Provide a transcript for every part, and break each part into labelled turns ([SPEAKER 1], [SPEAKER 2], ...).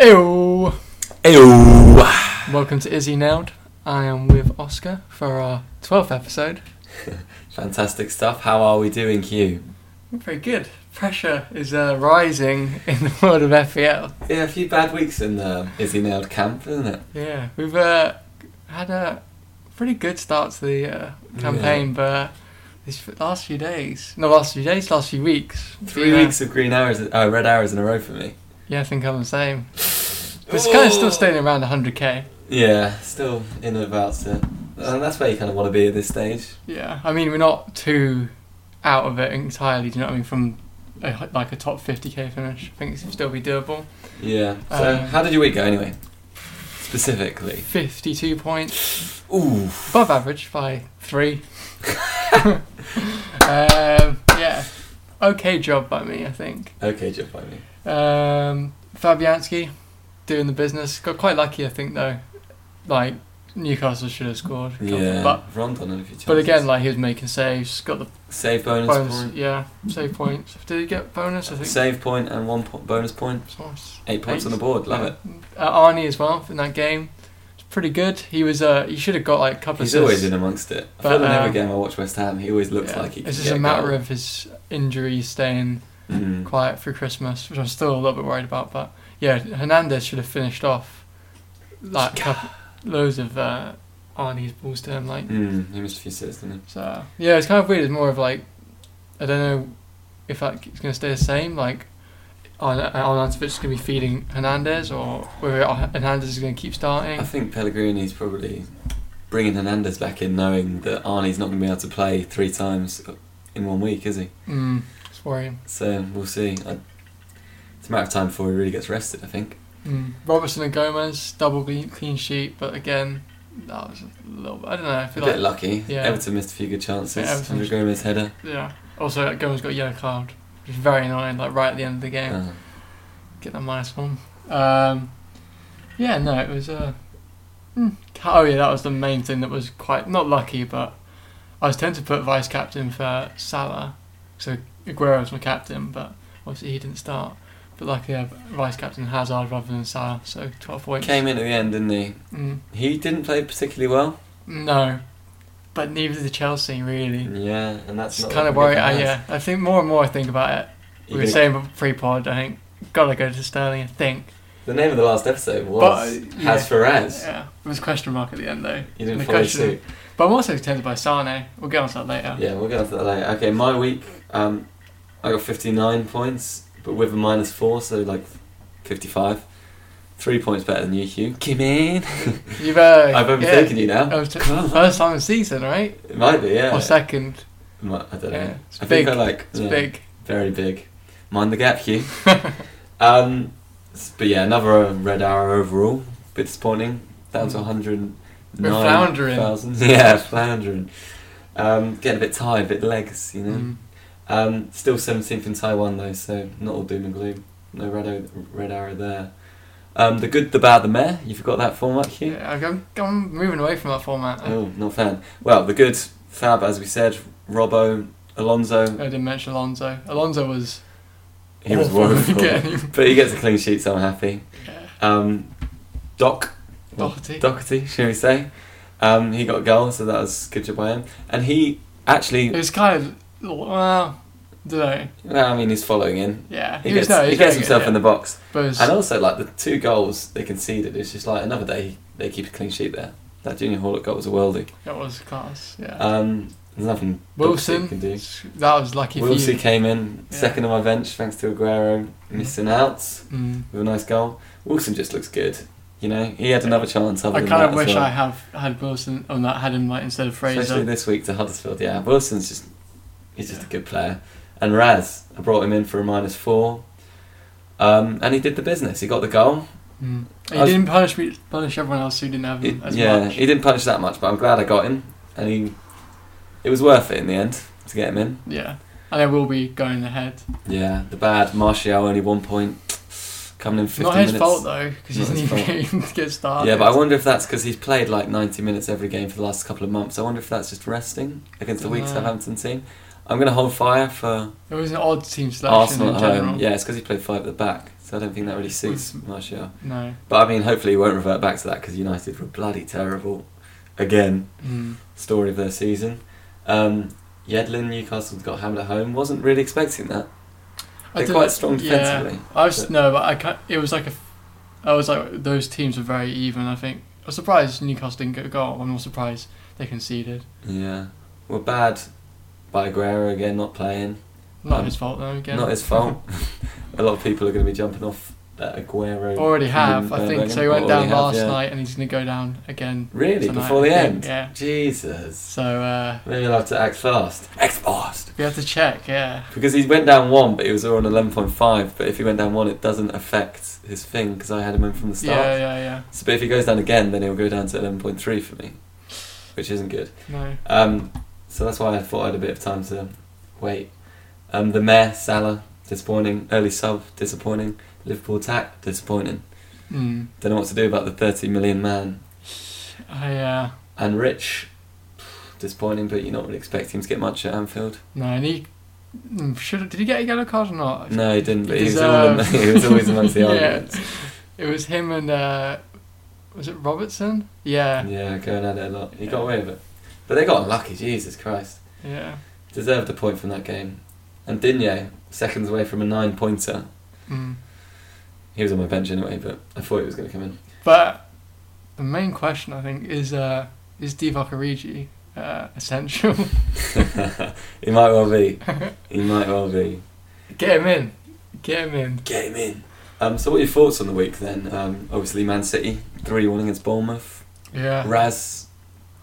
[SPEAKER 1] Ew.
[SPEAKER 2] Ew.
[SPEAKER 1] Welcome to Izzy Nailed. I am with Oscar for our 12th episode.
[SPEAKER 2] Fantastic stuff. How are we doing, Hugh?
[SPEAKER 1] We're Very good. Pressure is uh, rising in the world of E FPL.
[SPEAKER 2] Yeah, a few bad weeks in uh, the Izzy Nailed camp, isn't it?
[SPEAKER 1] Yeah, we've uh, had a pretty good start to the uh, campaign, but these f- last few days, no, last few days, last few weeks.
[SPEAKER 2] Three
[SPEAKER 1] yeah,
[SPEAKER 2] weeks of green arrows, uh, red arrows in a row for me.
[SPEAKER 1] Yeah, I think I'm the same. But it's kind of still staying around 100k.
[SPEAKER 2] Yeah, still in and about it. And that's where you kind of want to be at this stage.
[SPEAKER 1] Yeah, I mean, we're not too out of it entirely, do you know what I mean? From a, like a top 50k finish, I think it should still be doable.
[SPEAKER 2] Yeah. So,
[SPEAKER 1] Um,
[SPEAKER 2] how did your week go anyway? Specifically.
[SPEAKER 1] 52 points,
[SPEAKER 2] Ooh.
[SPEAKER 1] above average by three. um, yeah, okay job by me, I think.
[SPEAKER 2] Okay, jump by me.
[SPEAKER 1] Um, Fabianski doing the business. Got quite lucky, I think, though. Like, Newcastle should have scored. a couple,
[SPEAKER 2] Yeah.
[SPEAKER 1] But,
[SPEAKER 2] Rondon and a few chances.
[SPEAKER 1] but again, like, he was making saves, got the
[SPEAKER 2] save bonus
[SPEAKER 1] bonus.
[SPEAKER 2] point.
[SPEAKER 1] Yeah, save points. Did he get bonus? I think.
[SPEAKER 2] Save point and one po- bonus point.
[SPEAKER 1] It's nice.
[SPEAKER 2] Eight points
[SPEAKER 1] Eight.
[SPEAKER 2] on the board. Love it.
[SPEAKER 1] Uh, Arnie as well in that game. It's pretty good. He was. Uh, he should have got like a couple
[SPEAKER 2] He's
[SPEAKER 1] of. assists.
[SPEAKER 2] always in amongst it. I
[SPEAKER 1] But,
[SPEAKER 2] feel in every
[SPEAKER 1] um,
[SPEAKER 2] game I watch West Ham, he always looks
[SPEAKER 1] Yeah.
[SPEAKER 2] like he.
[SPEAKER 1] It's just a matter of his injury staying
[SPEAKER 2] Mm. Mm-hmm.
[SPEAKER 1] quiet for Christmas, which I'm still a little bit worried about. But yeah, Hernandez should have finished off like couple, loads of uh, Arnie's balls to him. Like
[SPEAKER 2] Mm, he missed a few assists, didn't
[SPEAKER 1] so, yeah, it's kind of weird. It's more of like I don't know if that it's going to stay the same. Like Arn- Arnautovic is going to be feeding Hernandez, or whether Ar- Hernandez is going to keep
[SPEAKER 2] he?
[SPEAKER 1] starting.
[SPEAKER 2] I think Pellegrini's probably bringing Hernandez back in, knowing that Arnie's not going to be able to play three times in one week, is he?
[SPEAKER 1] Mm, it's worrying.
[SPEAKER 2] So we'll see. I, it's a matter of time before he really gets rested, I think.
[SPEAKER 1] Mm. Robertson and Gomez double clean, clean sheet, but again, that was a little. I don't know. I
[SPEAKER 2] A
[SPEAKER 1] feel like
[SPEAKER 2] bit lucky.
[SPEAKER 1] yeah.
[SPEAKER 2] Everton missed a few good chances.
[SPEAKER 1] Yeah,
[SPEAKER 2] Andrew
[SPEAKER 1] Everton-
[SPEAKER 2] Gomez header.
[SPEAKER 1] Yeah. Also, like, Gomez got a yellow card, which is very annoying. Like right at the end of the game,
[SPEAKER 2] Uh,
[SPEAKER 1] get that minus one. Um, yeah, no, it was. Uh, mm, oh yeah, that was the main thing that was quite not lucky, but I was tempted to put vice captain for Salah, so Aguero was my captain, but obviously he didn't start. But luckily, I vice captain Hazard rather than Salah, so twelve points.
[SPEAKER 2] came in at the end, didn't he?
[SPEAKER 1] Mm,
[SPEAKER 2] He didn't play particularly well.
[SPEAKER 1] no, but neither did Chelsea really.
[SPEAKER 2] Yeah, and that's
[SPEAKER 1] It's
[SPEAKER 2] not
[SPEAKER 1] kind of
[SPEAKER 2] looking good
[SPEAKER 1] worrying.
[SPEAKER 2] for
[SPEAKER 1] Uh,
[SPEAKER 2] us.
[SPEAKER 1] yeah, I think more and more I think about it.
[SPEAKER 2] You
[SPEAKER 1] We were
[SPEAKER 2] could-
[SPEAKER 1] saying pre-pod, I think. Gotta go to Sterling, I think.
[SPEAKER 2] The name of the last episode was
[SPEAKER 1] But, uh, yeah.
[SPEAKER 2] Has Perez.
[SPEAKER 1] Yeah, it was a question mark at the end though.
[SPEAKER 2] You didn't
[SPEAKER 1] The
[SPEAKER 2] follow
[SPEAKER 1] question-
[SPEAKER 2] suit.
[SPEAKER 1] But I'm also tempted by Sane. We'll get on to that later.
[SPEAKER 2] Yeah, we'll get onto that later. Okay, my week, um, I got 59 points, but with a minus four, so like 55. Three points better than you, Hugh. Come in.
[SPEAKER 1] You've uh,
[SPEAKER 2] I've
[SPEAKER 1] yeah.
[SPEAKER 2] overtaken you now.
[SPEAKER 1] Oh, t-
[SPEAKER 2] Come on.
[SPEAKER 1] first time in season, right?
[SPEAKER 2] It might be, yeah.
[SPEAKER 1] Or second?
[SPEAKER 2] Mi- I don't know.
[SPEAKER 1] Yeah, it's
[SPEAKER 2] I
[SPEAKER 1] big.
[SPEAKER 2] think I like.
[SPEAKER 1] It's
[SPEAKER 2] yeah,
[SPEAKER 1] big.
[SPEAKER 2] Very big. Mind the gap, Hugh. um, s- but yeah, another uh, red arrow overall. Bit disappointing. Down to
[SPEAKER 1] Mm.
[SPEAKER 2] 109.
[SPEAKER 1] We're floundering.
[SPEAKER 2] Yeah, floundering. Um, getting a bit tired, a bit legs, you know.
[SPEAKER 1] Mm.
[SPEAKER 2] Um, still 17th in Taiwan though, so not all doom and gloom. No red, o- red arrow there. Um, the good, the bad, the meh. You forgot that format, Hugh?
[SPEAKER 1] Yeah, I've- I'm, I'm moving away from that format. I,
[SPEAKER 2] Oh, not a fan. Well, the good, Fab, as we said, Robbo, Alonso.
[SPEAKER 1] I didn't mention Alonso. Alonso was.
[SPEAKER 2] He was
[SPEAKER 1] awful
[SPEAKER 2] woeful.
[SPEAKER 1] again.
[SPEAKER 2] But he gets a clean sheet, so I'm happy.
[SPEAKER 1] Yeah.
[SPEAKER 2] Um, Doc, Well,
[SPEAKER 1] Doherty.
[SPEAKER 2] Doherty, shall we say? Um, he got a goal, so that was good job by him. And he
[SPEAKER 1] it
[SPEAKER 2] actually,
[SPEAKER 1] was kind of. Well, don't know.
[SPEAKER 2] well, I mean, he's following in.
[SPEAKER 1] Yeah,
[SPEAKER 2] He,
[SPEAKER 1] he, was,
[SPEAKER 2] gets,
[SPEAKER 1] no,
[SPEAKER 2] he
[SPEAKER 1] was very
[SPEAKER 2] gets
[SPEAKER 1] good,
[SPEAKER 2] himself
[SPEAKER 1] yeah.
[SPEAKER 2] in the box.
[SPEAKER 1] But it was-
[SPEAKER 2] And also, like the two goals they conceded, it's just like another day they keep a clean sheet there. That junior Horlock goal was a worldie.
[SPEAKER 1] that was class. Yeah.
[SPEAKER 2] Um, there's nothing
[SPEAKER 1] Wilson.
[SPEAKER 2] Doxey can do.
[SPEAKER 1] That was lucky for
[SPEAKER 2] Wilson
[SPEAKER 1] you.
[SPEAKER 2] came in
[SPEAKER 1] Yeah.
[SPEAKER 2] second on my bench thanks to Aguero missing out
[SPEAKER 1] Mm.
[SPEAKER 2] with a nice goal. Wilson just looks good. You know, he had another chance. Other
[SPEAKER 1] I
[SPEAKER 2] than
[SPEAKER 1] kind
[SPEAKER 2] that
[SPEAKER 1] of
[SPEAKER 2] as
[SPEAKER 1] wish
[SPEAKER 2] well.
[SPEAKER 1] I have had Wilson on that had him like instead of
[SPEAKER 2] Especially
[SPEAKER 1] Fraser.
[SPEAKER 2] this week to Huddersfield. Yeah, Wilson's just he's just a good player. And Raz, I brought him in for a minus four. Um, and he did the business. He got the goal.
[SPEAKER 1] Mm. He
[SPEAKER 2] I was-
[SPEAKER 1] didn't punish me, punish everyone else who didn't have
[SPEAKER 2] It-
[SPEAKER 1] him Mm, as
[SPEAKER 2] yeah,
[SPEAKER 1] much.
[SPEAKER 2] he didn't punish that much, but I'm glad I got him, and he, it was worth it in the end to get him in.
[SPEAKER 1] yeah, and I will be going ahead.
[SPEAKER 2] Yeah, the bad Martial only one point. Coming in 50
[SPEAKER 1] Not his
[SPEAKER 2] minutes.
[SPEAKER 1] fault though, because he
[SPEAKER 2] Not
[SPEAKER 1] didn't
[SPEAKER 2] his
[SPEAKER 1] even get- get started.
[SPEAKER 2] Yeah, but I wonder if that's because he's played like 90 minutes every game for the last couple of months. I wonder if that's just resting against the weak
[SPEAKER 1] Dunno.
[SPEAKER 2] Southampton team. I'm going to hold fire for
[SPEAKER 1] it was an odd team selection
[SPEAKER 2] Arsenal
[SPEAKER 1] in
[SPEAKER 2] at
[SPEAKER 1] general.
[SPEAKER 2] home. Yeah, it's because he played five at the back, so I don't think that really suits
[SPEAKER 1] Mm.
[SPEAKER 2] Martial.
[SPEAKER 1] No.
[SPEAKER 2] But I mean, hopefully he won't revert back to that because United were bloody terrible. Again,
[SPEAKER 1] Mm.
[SPEAKER 2] story of their season. Um, Yedlin, Newcastle's got hammered at home. Wasn't really expecting that.
[SPEAKER 1] I
[SPEAKER 2] They're
[SPEAKER 1] don't-
[SPEAKER 2] quite strong
[SPEAKER 1] yeah.
[SPEAKER 2] defensively.
[SPEAKER 1] I was
[SPEAKER 2] But-
[SPEAKER 1] no, but I can't, it was like a. I was like those teams were very even. I think I was surprised Newcastle didn't get a goal. I'm not surprised they conceded.
[SPEAKER 2] Yeah. We're bad by Aguero again, not playing.
[SPEAKER 1] Not
[SPEAKER 2] Um,
[SPEAKER 1] his fault though. Again,
[SPEAKER 2] Not his fault. a lot of people are going to be jumping off that Aguero.
[SPEAKER 1] Already have. I think so. He went down
[SPEAKER 2] Mm, uh, Already have,
[SPEAKER 1] last
[SPEAKER 2] yeah.
[SPEAKER 1] night, and he's gonna go down again.
[SPEAKER 2] Really?
[SPEAKER 1] tonight,
[SPEAKER 2] Before the
[SPEAKER 1] I think,
[SPEAKER 2] end?
[SPEAKER 1] Yeah.
[SPEAKER 2] Jesus.
[SPEAKER 1] So uh,
[SPEAKER 2] Maybe I'll have to act fast. Act fast!
[SPEAKER 1] we have to check. Yeah.
[SPEAKER 2] Because he went down one, but he was on 11.5. But if he went down one, it doesn't affect his thing because I had him in from the start.
[SPEAKER 1] Yeah, yeah, yeah.
[SPEAKER 2] So, but if he goes down again, then he'll go down to 11.3 for me, which isn't good.
[SPEAKER 1] No.
[SPEAKER 2] Um, so that's why I thought I had a bit of time to wait. Um, the mayor, Salah, disappointing. Early sub, disappointing. Liverpool attack, disappointing.
[SPEAKER 1] Mm.
[SPEAKER 2] Don't know what to do about the 30 million man.
[SPEAKER 1] I uh,
[SPEAKER 2] And Rich, disappointing, but you're not really expecting him to get much at Anfield.
[SPEAKER 1] no, and he mm, should. Did he get a yellow card or not?
[SPEAKER 2] No, he didn't,
[SPEAKER 1] He
[SPEAKER 2] but he, was, all in,
[SPEAKER 1] deserved-
[SPEAKER 2] he was always amongst the
[SPEAKER 1] Yeah.
[SPEAKER 2] arguments.
[SPEAKER 1] It was him and uh, was it Robertson? Yeah.
[SPEAKER 2] Yeah, going at it a lot. He got away with it. But they got unlucky, Jesus Christ.
[SPEAKER 1] Yeah.
[SPEAKER 2] Deserved a point from that game. And Digne, seconds away from a nine pointer.
[SPEAKER 1] Mm.
[SPEAKER 2] He was on my bench anyway, but I thought he was going to come in.
[SPEAKER 1] But the main question I think is uh, is Divock Origi uh, essential?
[SPEAKER 2] he might well be. He might well be.
[SPEAKER 1] Get him in. Get him in.
[SPEAKER 2] Get him in. Um, so, what are your thoughts on the week then? Um, obviously, Man City 3 1 against Bournemouth.
[SPEAKER 1] Yeah.
[SPEAKER 2] Raz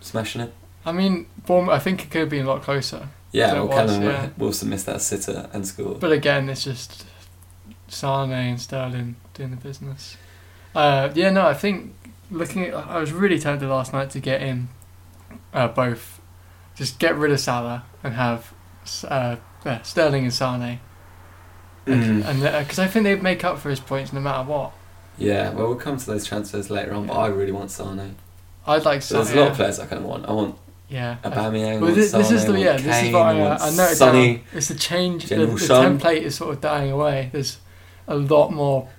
[SPEAKER 2] smashing it.
[SPEAKER 1] I mean, Bournemouth, I think it could have been a lot closer.
[SPEAKER 2] Yeah,
[SPEAKER 1] So it
[SPEAKER 2] well, Callum
[SPEAKER 1] was, yeah.
[SPEAKER 2] Wilson missed that sitter and scored.
[SPEAKER 1] But again, it's just Sane and Sterling doing the business. Uh, yeah, no, I think looking at, I was really tempted last night to get in uh, both, just get rid of Salah and have uh, uh, Sterling and Sane, and
[SPEAKER 2] Mm.
[SPEAKER 1] because I think they'd make up for his points no matter what.
[SPEAKER 2] Yeah, well, we'll come to those transfers later on, but I really want Sane.
[SPEAKER 1] I'd like
[SPEAKER 2] So
[SPEAKER 1] Sane.
[SPEAKER 2] there's a lot of players I kind of want. I want
[SPEAKER 1] yeah. I-
[SPEAKER 2] Aubameyang,
[SPEAKER 1] Well,
[SPEAKER 2] I
[SPEAKER 1] this,
[SPEAKER 2] want
[SPEAKER 1] this is
[SPEAKER 2] Sane,
[SPEAKER 1] the
[SPEAKER 2] I
[SPEAKER 1] yeah.
[SPEAKER 2] want
[SPEAKER 1] This is
[SPEAKER 2] Kane,
[SPEAKER 1] what
[SPEAKER 2] I
[SPEAKER 1] I, uh,
[SPEAKER 2] want
[SPEAKER 1] I noticed.
[SPEAKER 2] Sonny.
[SPEAKER 1] how It's the change. The, the
[SPEAKER 2] General Son.
[SPEAKER 1] template is sort of dying away. There's a lot more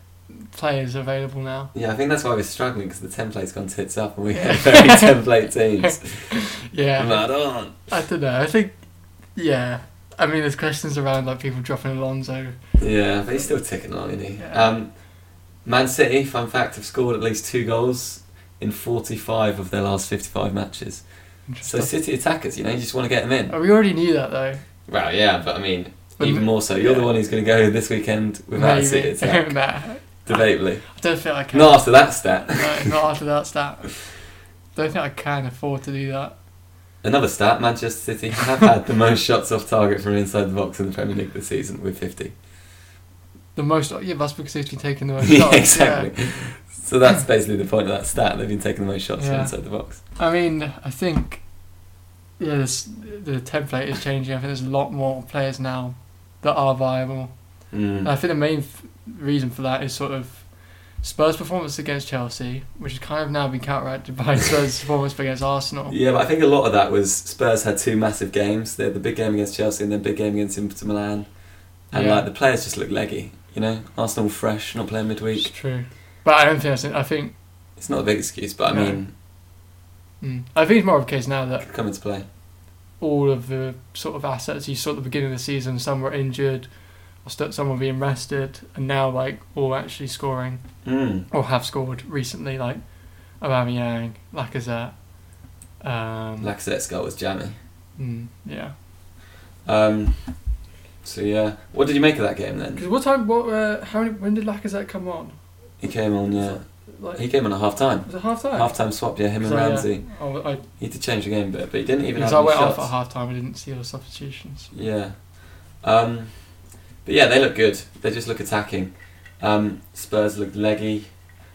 [SPEAKER 1] players available now.
[SPEAKER 2] Yeah, I think that's why we're struggling because the template's gone tits up and we
[SPEAKER 1] Yeah.
[SPEAKER 2] have very template teams.
[SPEAKER 1] Yeah,
[SPEAKER 2] Mad on.
[SPEAKER 1] I don't know. I think yeah. I mean, there's questions around like people dropping Alonso.
[SPEAKER 2] Yeah, but he's still ticking along, isn't he?
[SPEAKER 1] Yeah.
[SPEAKER 2] Um, Man City, fun fact, have scored at least two goals in 45 of their last 55 matches. So City attackers, you know, you just want to get them in.
[SPEAKER 1] Oh, we already knew that though.
[SPEAKER 2] Well, yeah, but I mean,
[SPEAKER 1] But
[SPEAKER 2] even
[SPEAKER 1] m-
[SPEAKER 2] more so. You're the
[SPEAKER 1] yeah.
[SPEAKER 2] one who's going to go this weekend without a City attack,
[SPEAKER 1] Nah, I
[SPEAKER 2] debatably.
[SPEAKER 1] don't think I can.
[SPEAKER 2] Not after that stat.
[SPEAKER 1] no, not after that stat. Don't think I can afford to do that.
[SPEAKER 2] Another stat, Manchester City have had the most shots off target from inside the box in the Premier League this season with 50.
[SPEAKER 1] The most yeah, that's because he's been taking the most
[SPEAKER 2] yeah,
[SPEAKER 1] shots. yeah.
[SPEAKER 2] exactly. So that's basically the point of that stat. They've been taking the most shots from
[SPEAKER 1] Yeah.
[SPEAKER 2] inside the box.
[SPEAKER 1] I mean, I think yeah, this, the template is changing. I think there's a lot more players now that are viable.
[SPEAKER 2] Hmm. Mm.
[SPEAKER 1] And I think the main f- reason for that is sort of Spurs' performance against Chelsea, which has kind of now been counteracted by Spurs' performance against Arsenal.
[SPEAKER 2] Yeah, but I think a lot of that was Spurs had two massive games. They had the big game against Chelsea and then big game against Inter Milan. And
[SPEAKER 1] Yeah.
[SPEAKER 2] like the players just look leggy, you know. Arsenal fresh, not playing
[SPEAKER 1] It's
[SPEAKER 2] midweek.
[SPEAKER 1] true, but I don't think that's it. I think
[SPEAKER 2] It's not a big excuse, but I
[SPEAKER 1] No.
[SPEAKER 2] mean,
[SPEAKER 1] mm, I think it's more of a case now that
[SPEAKER 2] it could come into play.
[SPEAKER 1] all of the sort of assets you saw at the beginning of the season, some were injured, or st- some were being rested, and now like all actually scoring.
[SPEAKER 2] Mm.
[SPEAKER 1] or have scored recently, like Aubameyang, Lacazette. Um,
[SPEAKER 2] Lacazette's goal was jammy.
[SPEAKER 1] mm, yeah.
[SPEAKER 2] Um, so yeah, what did you make of that game then?
[SPEAKER 1] Because what time? What? Uh, how many? When did Lacazette come on?
[SPEAKER 2] He came on, yeah.
[SPEAKER 1] Like
[SPEAKER 2] He came on at half time.
[SPEAKER 1] was it half time?
[SPEAKER 2] Half time swap, yeah. Him and
[SPEAKER 1] So, yeah.
[SPEAKER 2] Ramsey.
[SPEAKER 1] Oh, I,
[SPEAKER 2] He did change the game a bit, but he didn't even
[SPEAKER 1] because I
[SPEAKER 2] have any
[SPEAKER 1] went
[SPEAKER 2] shots.
[SPEAKER 1] off at half time. I didn't see all the substitutions.
[SPEAKER 2] Yeah. Um, but yeah, they look good. They just look attacking. Um, Spurs looked leggy.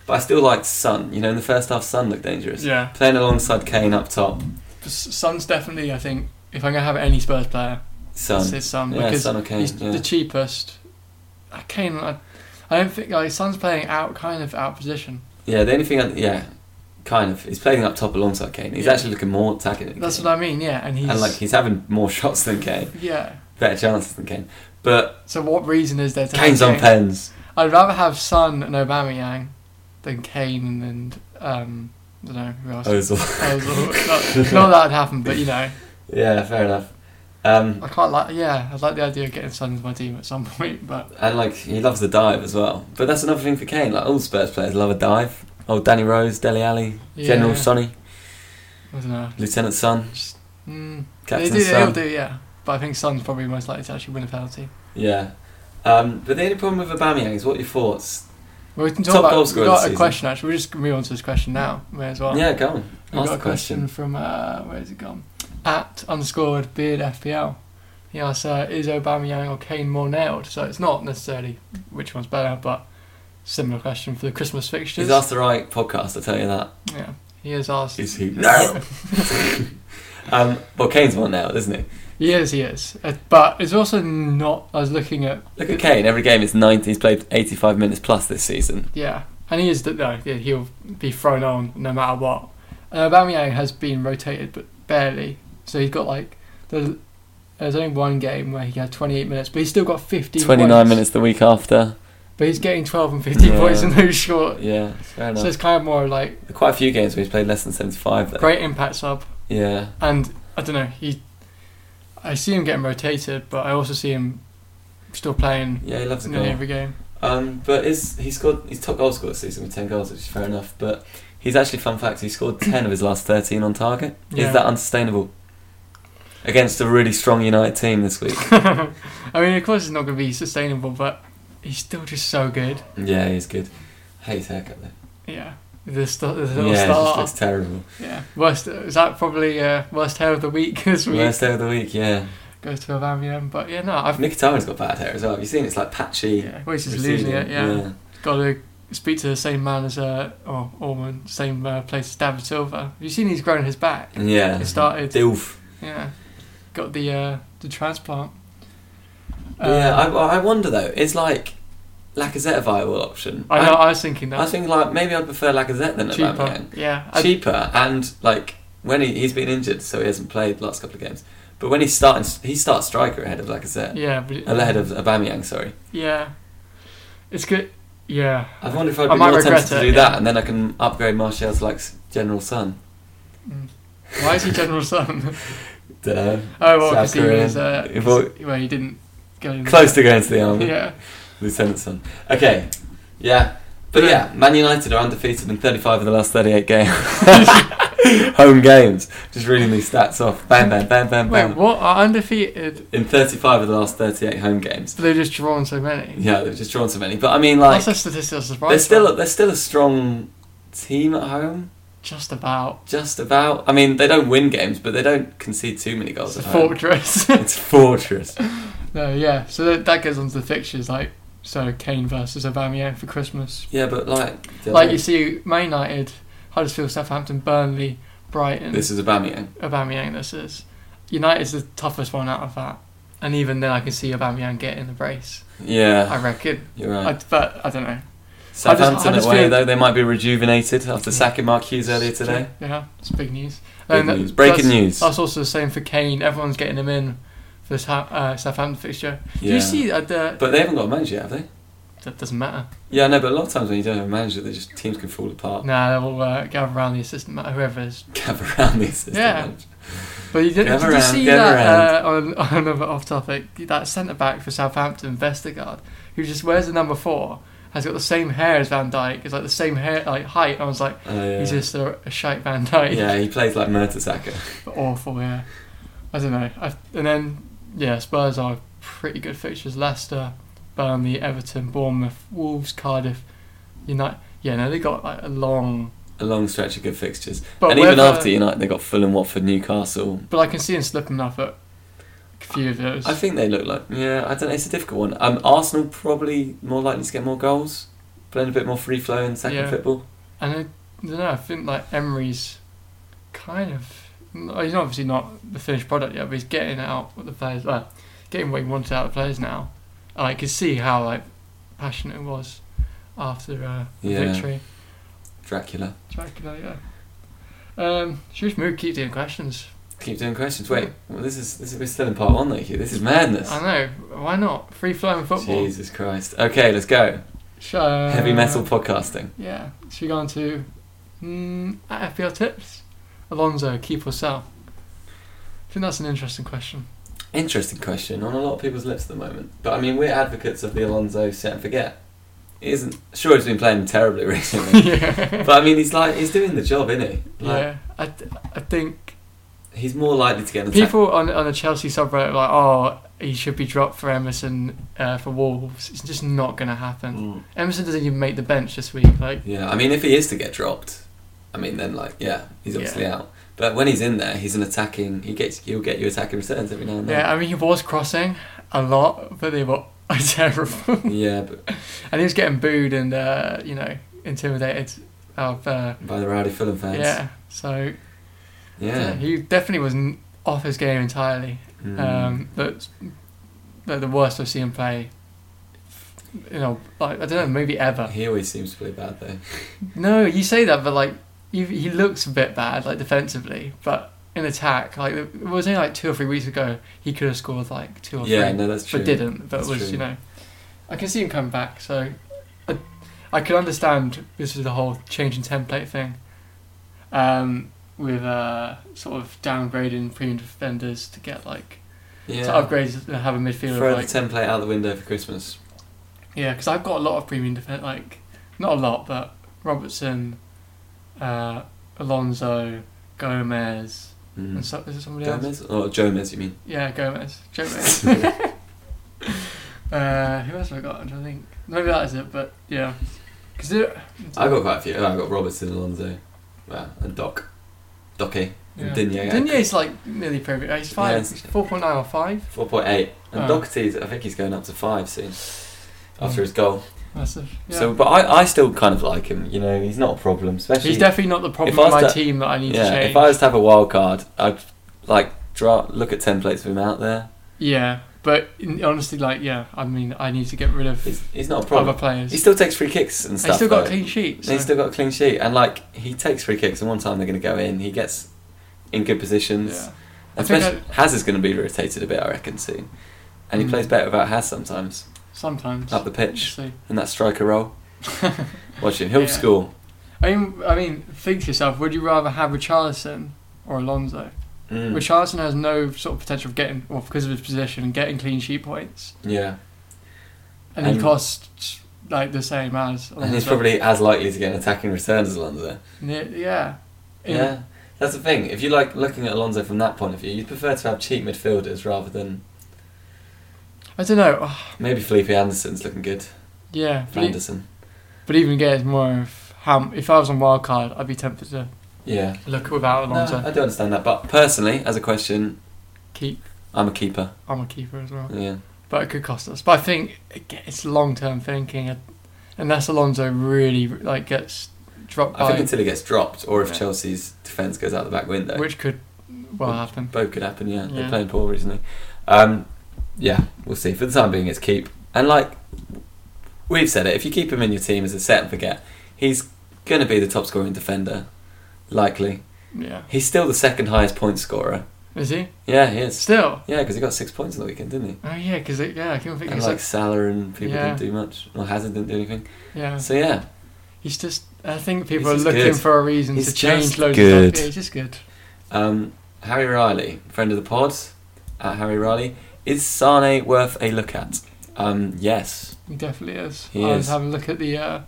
[SPEAKER 2] But I still liked Sun. You know, in the first half, Sun looked dangerous.
[SPEAKER 1] Yeah,
[SPEAKER 2] Playing alongside Kane up top.
[SPEAKER 1] Sun's definitely. I think if I'm gonna have any Spurs player,
[SPEAKER 2] Sun.
[SPEAKER 1] it's Sun
[SPEAKER 2] yeah,
[SPEAKER 1] because
[SPEAKER 2] Sun or Kane.
[SPEAKER 1] he's
[SPEAKER 2] Yeah.
[SPEAKER 1] the cheapest. Uh, Kane, I, I don't think like Son's playing out kind of out position.
[SPEAKER 2] Yeah, the only thing, I, yeah, kind of. He's playing up top alongside Kane. He's
[SPEAKER 1] Yeah.
[SPEAKER 2] actually looking more attacking than
[SPEAKER 1] That's
[SPEAKER 2] Kane.
[SPEAKER 1] what I mean. Yeah, and he's
[SPEAKER 2] and like he's having more shots than Kane,
[SPEAKER 1] yeah.
[SPEAKER 2] better chances than Kane. But
[SPEAKER 1] So what reason is there to have
[SPEAKER 2] Kane's on
[SPEAKER 1] Kane?
[SPEAKER 2] pens.
[SPEAKER 1] I'd rather have Son and Aubameyang than Kane and um, I don't know who else.
[SPEAKER 2] Ozil.
[SPEAKER 1] Ozil. not, not that would happen, but you know,
[SPEAKER 2] yeah, fair enough. Um,
[SPEAKER 1] I quite like. Yeah, I'd like the idea of getting Son into my team at some point, but
[SPEAKER 2] and like he loves the dive as well. But that's another thing for Kane. Like all Spurs players love a dive. Oh, Danny Rose, Deli Alley,
[SPEAKER 1] yeah,
[SPEAKER 2] General Sonny,
[SPEAKER 1] I don't know.
[SPEAKER 2] Lieutenant Son,
[SPEAKER 1] Just, mm, they
[SPEAKER 2] Captain
[SPEAKER 1] do. They'll
[SPEAKER 2] Son.
[SPEAKER 1] do. Yeah, but I think Son's probably most likely to actually win a penalty.
[SPEAKER 2] Yeah. Um, but the only problem with Aubameyang is what are your thoughts?
[SPEAKER 1] Well, we can talk
[SPEAKER 2] Top
[SPEAKER 1] about.
[SPEAKER 2] goal
[SPEAKER 1] We've
[SPEAKER 2] scorer
[SPEAKER 1] got
[SPEAKER 2] this
[SPEAKER 1] a
[SPEAKER 2] season.
[SPEAKER 1] question actually. We'll just move on to this question now. May as well.
[SPEAKER 2] Yeah, go on.
[SPEAKER 1] We
[SPEAKER 2] Ask
[SPEAKER 1] got
[SPEAKER 2] the
[SPEAKER 1] a question from uh, where's it gone? At underscored beard FPL. He asks, uh, "Is Aubameyang or Kane more nailed?" So it's not necessarily which one's better, but similar question for the Christmas fixtures.
[SPEAKER 2] He's asked the right podcast. I tell you that.
[SPEAKER 1] yeah, he has asked.
[SPEAKER 2] Is he nailed? Um, well, Kane's one now, isn't he?
[SPEAKER 1] he is. He is. Uh, but it's also not. I was looking at
[SPEAKER 2] Look at Kane. Every game is 90. He's played 85 minutes plus this season.
[SPEAKER 1] yeah, and he is that no, yeah, he'll be thrown on no matter what. And Aubameyang has been rotated, but barely. So he's got like there's, there's only one game where he had 28 minutes, but he's still got 15.
[SPEAKER 2] 29
[SPEAKER 1] points.
[SPEAKER 2] minutes the week after.
[SPEAKER 1] But he's getting 12 and 15
[SPEAKER 2] Yeah.
[SPEAKER 1] points in those short.
[SPEAKER 2] Yeah, fair enough.
[SPEAKER 1] So it's kind of more like
[SPEAKER 2] There are quite a few games where he's played less than 75. Though.
[SPEAKER 1] great impact sub.
[SPEAKER 2] Yeah.
[SPEAKER 1] And I don't know, he. I see him getting rotated, but I also see him still playing
[SPEAKER 2] Yeah, he loves a
[SPEAKER 1] nearly
[SPEAKER 2] goal.
[SPEAKER 1] every game.
[SPEAKER 2] Um, but is he scored? He's top goal scorer this season with 10 goals, which is fair enough. But he's actually fun fact. He scored 10 of his last 13 on target.
[SPEAKER 1] Yeah.
[SPEAKER 2] Is that unsustainable against a really strong United team this week?
[SPEAKER 1] I mean, of course, it's not going to be sustainable, but he's still just so good.
[SPEAKER 2] yeah, he's good. Hate his haircut though.
[SPEAKER 1] Yeah. The, st- the little
[SPEAKER 2] Yeah, it just
[SPEAKER 1] star.
[SPEAKER 2] looks terrible.
[SPEAKER 1] Yeah. Worst is that probably uh, worst hair of the week this week.
[SPEAKER 2] Worst day of the week. Yeah.
[SPEAKER 1] Goes to Aubameyang, but yeah, no, I've
[SPEAKER 2] Mkhitaryan's got bad hair as well. Have you seen? It's like patchy.
[SPEAKER 1] yeah, which is
[SPEAKER 2] receding.
[SPEAKER 1] losing it. yeah. got to speak to the same man as uh or or woman, same uh, place as David Silva. Have you seen he's grown his back?
[SPEAKER 2] Yeah. Yeah.
[SPEAKER 1] It started. uh,
[SPEAKER 2] Dilf.
[SPEAKER 1] Yeah, got the uh, the transplant.
[SPEAKER 2] yeah, I,
[SPEAKER 1] Um,
[SPEAKER 2] I wonder though. It's like Lacazette a viable option?
[SPEAKER 1] I, know. I was thinking
[SPEAKER 2] I, I
[SPEAKER 1] that
[SPEAKER 2] think like maybe I'd prefer Lacazette than
[SPEAKER 1] cheaper.
[SPEAKER 2] Aubameyang.
[SPEAKER 1] Yeah, I-
[SPEAKER 2] Cheaper and like when he, he's been injured, so he hasn't played the last couple of games. But when he starts, he starts striker ahead of Lacazette,
[SPEAKER 1] yeah, but it-
[SPEAKER 2] ahead of Aubameyang. Sorry,
[SPEAKER 1] Yeah, it's good. Yeah,
[SPEAKER 2] I wonder if I'd
[SPEAKER 1] I
[SPEAKER 2] be
[SPEAKER 1] might
[SPEAKER 2] more tempted
[SPEAKER 1] regret
[SPEAKER 2] to
[SPEAKER 1] it,
[SPEAKER 2] do
[SPEAKER 1] yeah.
[SPEAKER 2] that, and then I can upgrade Martial to like General Sun.
[SPEAKER 1] Mm. why is he General Son?
[SPEAKER 2] Dunno.
[SPEAKER 1] oh well,
[SPEAKER 2] South
[SPEAKER 1] because he
[SPEAKER 2] Korea.
[SPEAKER 1] was uh,
[SPEAKER 2] If all-
[SPEAKER 1] well, he didn't go in-
[SPEAKER 2] Close to going to the army.
[SPEAKER 1] Yeah,
[SPEAKER 2] Lieutenant Son. Okay. Yeah. But yeah, Man United are undefeated in 35 of the last 38 games. Home games. Just reading these stats off. Bam, bam, bam, bam,
[SPEAKER 1] wait,
[SPEAKER 2] bam.
[SPEAKER 1] what are undefeated?
[SPEAKER 2] In 35 of the last 38 home games.
[SPEAKER 1] But they've just drawn so many.
[SPEAKER 2] Yeah, they've just drawn so many. But I mean, like,
[SPEAKER 1] That's a statistical surprise.
[SPEAKER 2] they're still,
[SPEAKER 1] one.
[SPEAKER 2] a, they're still a strong team at home.
[SPEAKER 1] just about
[SPEAKER 2] Just about. I mean, they don't win games, but they don't concede too many goals
[SPEAKER 1] it's a
[SPEAKER 2] at home.
[SPEAKER 1] fortress.
[SPEAKER 2] It's fortress.
[SPEAKER 1] No, yeah. So that, that goes on to the fixtures, like so Kane versus Aubameyang for Christmas.
[SPEAKER 2] Yeah, but like,
[SPEAKER 1] Like you see, Man United, Huddersfield, Southampton, Burnley, Brighton,
[SPEAKER 2] this is eh? Aubameyang.
[SPEAKER 1] Aubameyang. This is United's the toughest one out of that, and even then, I can see Aubameyang getting the brace.
[SPEAKER 2] Yeah,
[SPEAKER 1] I reckon,
[SPEAKER 2] you're right.
[SPEAKER 1] I, but I don't know.
[SPEAKER 2] Southampton
[SPEAKER 1] I just
[SPEAKER 2] away
[SPEAKER 1] feel-
[SPEAKER 2] though they might be rejuvenated after
[SPEAKER 1] Yeah.
[SPEAKER 2] sacking Mark Hughes earlier today.
[SPEAKER 1] Yeah, it's big news.
[SPEAKER 2] Big
[SPEAKER 1] And that-
[SPEAKER 2] news. Breaking
[SPEAKER 1] that's,
[SPEAKER 2] news.
[SPEAKER 1] That's also the same for Kane. Everyone's getting him in for this ha- uh, Southampton fixture. Do
[SPEAKER 2] Yeah.
[SPEAKER 1] you see that? The,
[SPEAKER 2] But they haven't got a manager, yet, have they?
[SPEAKER 1] that doesn't matter.
[SPEAKER 2] Yeah, no. But a lot of times when you don't have a manager, they just teams can fall apart.
[SPEAKER 1] Nah, they will uh, gather around the assistant, ma- whoever is
[SPEAKER 2] Gather around the assistant
[SPEAKER 1] Yeah.
[SPEAKER 2] manager.
[SPEAKER 1] But you did,
[SPEAKER 2] Gather
[SPEAKER 1] did you
[SPEAKER 2] round,
[SPEAKER 1] see
[SPEAKER 2] gather
[SPEAKER 1] that uh, on, on another off topic? That centre back for Southampton, Vestergaard, who just wears the number four, has got the same hair as Van Dyke. It's like the same hair, like height. I was like,
[SPEAKER 2] Oh, yeah.
[SPEAKER 1] he's just a, a shite Van Dyke.
[SPEAKER 2] yeah, he plays like Mertesacker.
[SPEAKER 1] Awful. Yeah. I don't know. I, and then yeah, Spurs are pretty good fixtures. Leicester, Burnley, Everton, Bournemouth, Wolves, Cardiff, United. Yeah, no, they got like a long.
[SPEAKER 2] A long stretch of good fixtures,
[SPEAKER 1] But
[SPEAKER 2] and even
[SPEAKER 1] whether-
[SPEAKER 2] after United, they got Fulham, Watford, Newcastle.
[SPEAKER 1] But I can see him slipping up at a few of those.
[SPEAKER 2] I think they look like yeah. I don't know. It's a difficult one. Um, Arsenal probably more likely to get more goals, playing a bit more free flowing second
[SPEAKER 1] Yeah.
[SPEAKER 2] football.
[SPEAKER 1] And I, don't know. I think like Emery's kind of he's obviously not the finished product yet, but he's getting out what the players, well, getting what he wanted out of the players now. And I could see how like passionate it was after uh, the
[SPEAKER 2] Yeah.
[SPEAKER 1] victory.
[SPEAKER 2] Dracula.
[SPEAKER 1] Dracula, yeah. Um, should we just move, keep doing questions?
[SPEAKER 2] Keep doing questions. Wait, well, this is this is we're still in part one though. Hugh. This is madness.
[SPEAKER 1] I know. Why not? Free flowing football.
[SPEAKER 2] Jesus Christ. Okay, let's go.
[SPEAKER 1] Sh- uh,
[SPEAKER 2] Heavy metal podcasting.
[SPEAKER 1] Yeah. Should we go on to mm, FPL tips? Alonso, keep or sell? I think that's an interesting question.
[SPEAKER 2] Interesting question on a lot of people's lips at the moment. But I mean, we're advocates of the Alonso set and forget. He isn't sure he's been playing terribly recently.
[SPEAKER 1] yeah.
[SPEAKER 2] but I mean, he's like he's doing the job, isn't he? Like,
[SPEAKER 1] yeah. I, th- I think
[SPEAKER 2] He's more likely to get an attack.
[SPEAKER 1] people on on the Chelsea subreddit are like, oh, he should be dropped for Emerson uh, for Wolves. It's just not going to happen.
[SPEAKER 2] Mm.
[SPEAKER 1] Emerson doesn't even make the bench this week. Like,
[SPEAKER 2] Yeah, I mean, if he is to get dropped, I mean, then like yeah, he's obviously out. But when he's in there, he's an attacking. He gets he'll get you attacking returns every now and then.
[SPEAKER 1] yeah, I mean, he was crossing a lot, but they were terrible.
[SPEAKER 2] Yeah, but
[SPEAKER 1] and he was getting booed and uh, you know intimidated of uh,
[SPEAKER 2] by the rowdy Fulham fans.
[SPEAKER 1] yeah so
[SPEAKER 2] Yeah.
[SPEAKER 1] he definitely wasn't off his game entirely
[SPEAKER 2] Mm.
[SPEAKER 1] um, but, but the worst I've seen him play you know like, I don't know maybe ever
[SPEAKER 2] he always seems to play bad though.
[SPEAKER 1] no you say that but like he, he looks a bit bad like defensively but in attack like it was only like two or three weeks ago he could have scored like two or three
[SPEAKER 2] Yeah, no, that's true.
[SPEAKER 1] but didn't. But
[SPEAKER 2] That's
[SPEAKER 1] was
[SPEAKER 2] true.
[SPEAKER 1] you know, I can see him come back. So I, I can understand this is the whole change in template thing, um, with uh, sort of downgrading premium defenders to get like
[SPEAKER 2] Yeah.
[SPEAKER 1] to upgrade and have a midfielder.
[SPEAKER 2] Throw
[SPEAKER 1] like,
[SPEAKER 2] the template out the window for Christmas.
[SPEAKER 1] yeah, because I've got a lot of premium defend like not a lot, but Robertson, uh, Alonso, Gomez, and
[SPEAKER 2] Mm.
[SPEAKER 1] so, is it somebody else?
[SPEAKER 2] Gomez or Jomez, you mean?
[SPEAKER 1] Yeah, Gomez. Gomez. uh, who else have I got? I don't think. Maybe that is it, but yeah. Cause it,
[SPEAKER 2] I got quite a few. I got Robertson, Alonso, well, and Doc, Docky,
[SPEAKER 1] yeah.
[SPEAKER 2] and Digne.
[SPEAKER 1] Dinier's like nearly perfect. He's five. oh
[SPEAKER 2] Yeah, it's-
[SPEAKER 1] he's 4.9 or 5.
[SPEAKER 2] Four point eight, and
[SPEAKER 1] Oh.
[SPEAKER 2] Doherty's. I think he's going up to five soon after
[SPEAKER 1] Mm.
[SPEAKER 2] his goal.
[SPEAKER 1] Massive. Yeah.
[SPEAKER 2] So, but I, I still kind of like him. You know, he's not a problem, especially.
[SPEAKER 1] he's definitely not the problem
[SPEAKER 2] if I
[SPEAKER 1] with my
[SPEAKER 2] was to-
[SPEAKER 1] team that I need
[SPEAKER 2] yeah.
[SPEAKER 1] to change.
[SPEAKER 2] If I was to have a wild card, I'd like draw, look at templates of him out there.
[SPEAKER 1] yeah, but in, honestly, like, yeah, I mean, I need to get rid of
[SPEAKER 2] He's, he's not a
[SPEAKER 1] other
[SPEAKER 2] problem.
[SPEAKER 1] players.
[SPEAKER 2] He still takes free kicks and
[SPEAKER 1] He's
[SPEAKER 2] stuff.
[SPEAKER 1] still got
[SPEAKER 2] though.
[SPEAKER 1] a clean sheets.
[SPEAKER 2] He's still got a clean sheet, and like he takes free kicks, and one time they're going to go in. He gets in good positions.
[SPEAKER 1] yeah. I think
[SPEAKER 2] Especially Hazard's going to be rotated a bit, I reckon, soon. And he
[SPEAKER 1] Mm.
[SPEAKER 2] plays better without Haz sometimes
[SPEAKER 1] Sometimes.
[SPEAKER 2] up the pitch
[SPEAKER 1] So-
[SPEAKER 2] in that striker role. Watch him, he'll
[SPEAKER 1] Yeah.
[SPEAKER 2] score.
[SPEAKER 1] I mean, I mean, think to yourself: Would you rather have Richarlison or Alonso?
[SPEAKER 2] Mm.
[SPEAKER 1] Richardson has no sort of potential of getting, well, because of his position, getting clean sheet points,
[SPEAKER 2] Mm, yeah,
[SPEAKER 1] and he
[SPEAKER 2] And-
[SPEAKER 1] costs like the same as.
[SPEAKER 2] and he's
[SPEAKER 1] Alonso.
[SPEAKER 2] probably as likely to get an attacking return as Alonso.
[SPEAKER 1] Ne- yeah.
[SPEAKER 2] Yeah. that's the thing. If you like looking at Alonso from that point of view, you'd prefer to have cheap midfielders rather than
[SPEAKER 1] I don't know. Ugh,
[SPEAKER 2] maybe Felipe Anderson's looking good.
[SPEAKER 1] yeah, but, e-
[SPEAKER 2] Anderson,
[SPEAKER 1] but even again, it's more of how if I was on wild card, I'd be tempted to
[SPEAKER 2] yeah.
[SPEAKER 1] look without
[SPEAKER 2] No,
[SPEAKER 1] Alonso.
[SPEAKER 2] I do understand that, but personally, as a question,
[SPEAKER 1] Keep.
[SPEAKER 2] I'm a keeper.
[SPEAKER 1] I'm a keeper as well,
[SPEAKER 2] Yeah,
[SPEAKER 1] but it could cost us. But I think again, it's long term thinking, unless Alonso really like gets dropped
[SPEAKER 2] I think
[SPEAKER 1] by,
[SPEAKER 2] until he gets dropped, or if
[SPEAKER 1] Yeah.
[SPEAKER 2] Chelsea's defence goes out the back window,
[SPEAKER 1] which could well happen.
[SPEAKER 2] Both could happen, yeah.
[SPEAKER 1] Yeah.
[SPEAKER 2] They're playing poor recently. Um, yeah, we'll see. For the time being, it's keep. And like we've said it, if you keep him in your team as a set and forget, he's going to be the top scoring defender, likely.
[SPEAKER 1] Yeah,
[SPEAKER 2] He's still the second highest point scorer.
[SPEAKER 1] is he
[SPEAKER 2] Yeah, he is.
[SPEAKER 1] still?
[SPEAKER 2] Yeah, because he got six points on the weekend, didn't he?
[SPEAKER 1] Oh yeah, because yeah, I can't think.
[SPEAKER 2] And
[SPEAKER 1] it's
[SPEAKER 2] like Salah and people
[SPEAKER 1] Yeah.
[SPEAKER 2] didn't do much. Well, Hazard didn't do anything.
[SPEAKER 1] yeah.
[SPEAKER 2] So yeah,
[SPEAKER 1] He's just. I think people
[SPEAKER 2] He's
[SPEAKER 1] are
[SPEAKER 2] just
[SPEAKER 1] looking
[SPEAKER 2] good.
[SPEAKER 1] for a reason
[SPEAKER 2] He's
[SPEAKER 1] to change
[SPEAKER 2] just
[SPEAKER 1] loads of
[SPEAKER 2] good.
[SPEAKER 1] stuff. Yeah, he's just good.
[SPEAKER 2] um, Harry Riley, friend of the pod, at Harry Riley, is Sane worth a look at? Um, yes.
[SPEAKER 1] He definitely is.
[SPEAKER 2] He
[SPEAKER 1] I
[SPEAKER 2] is.
[SPEAKER 1] was having a look at the uh,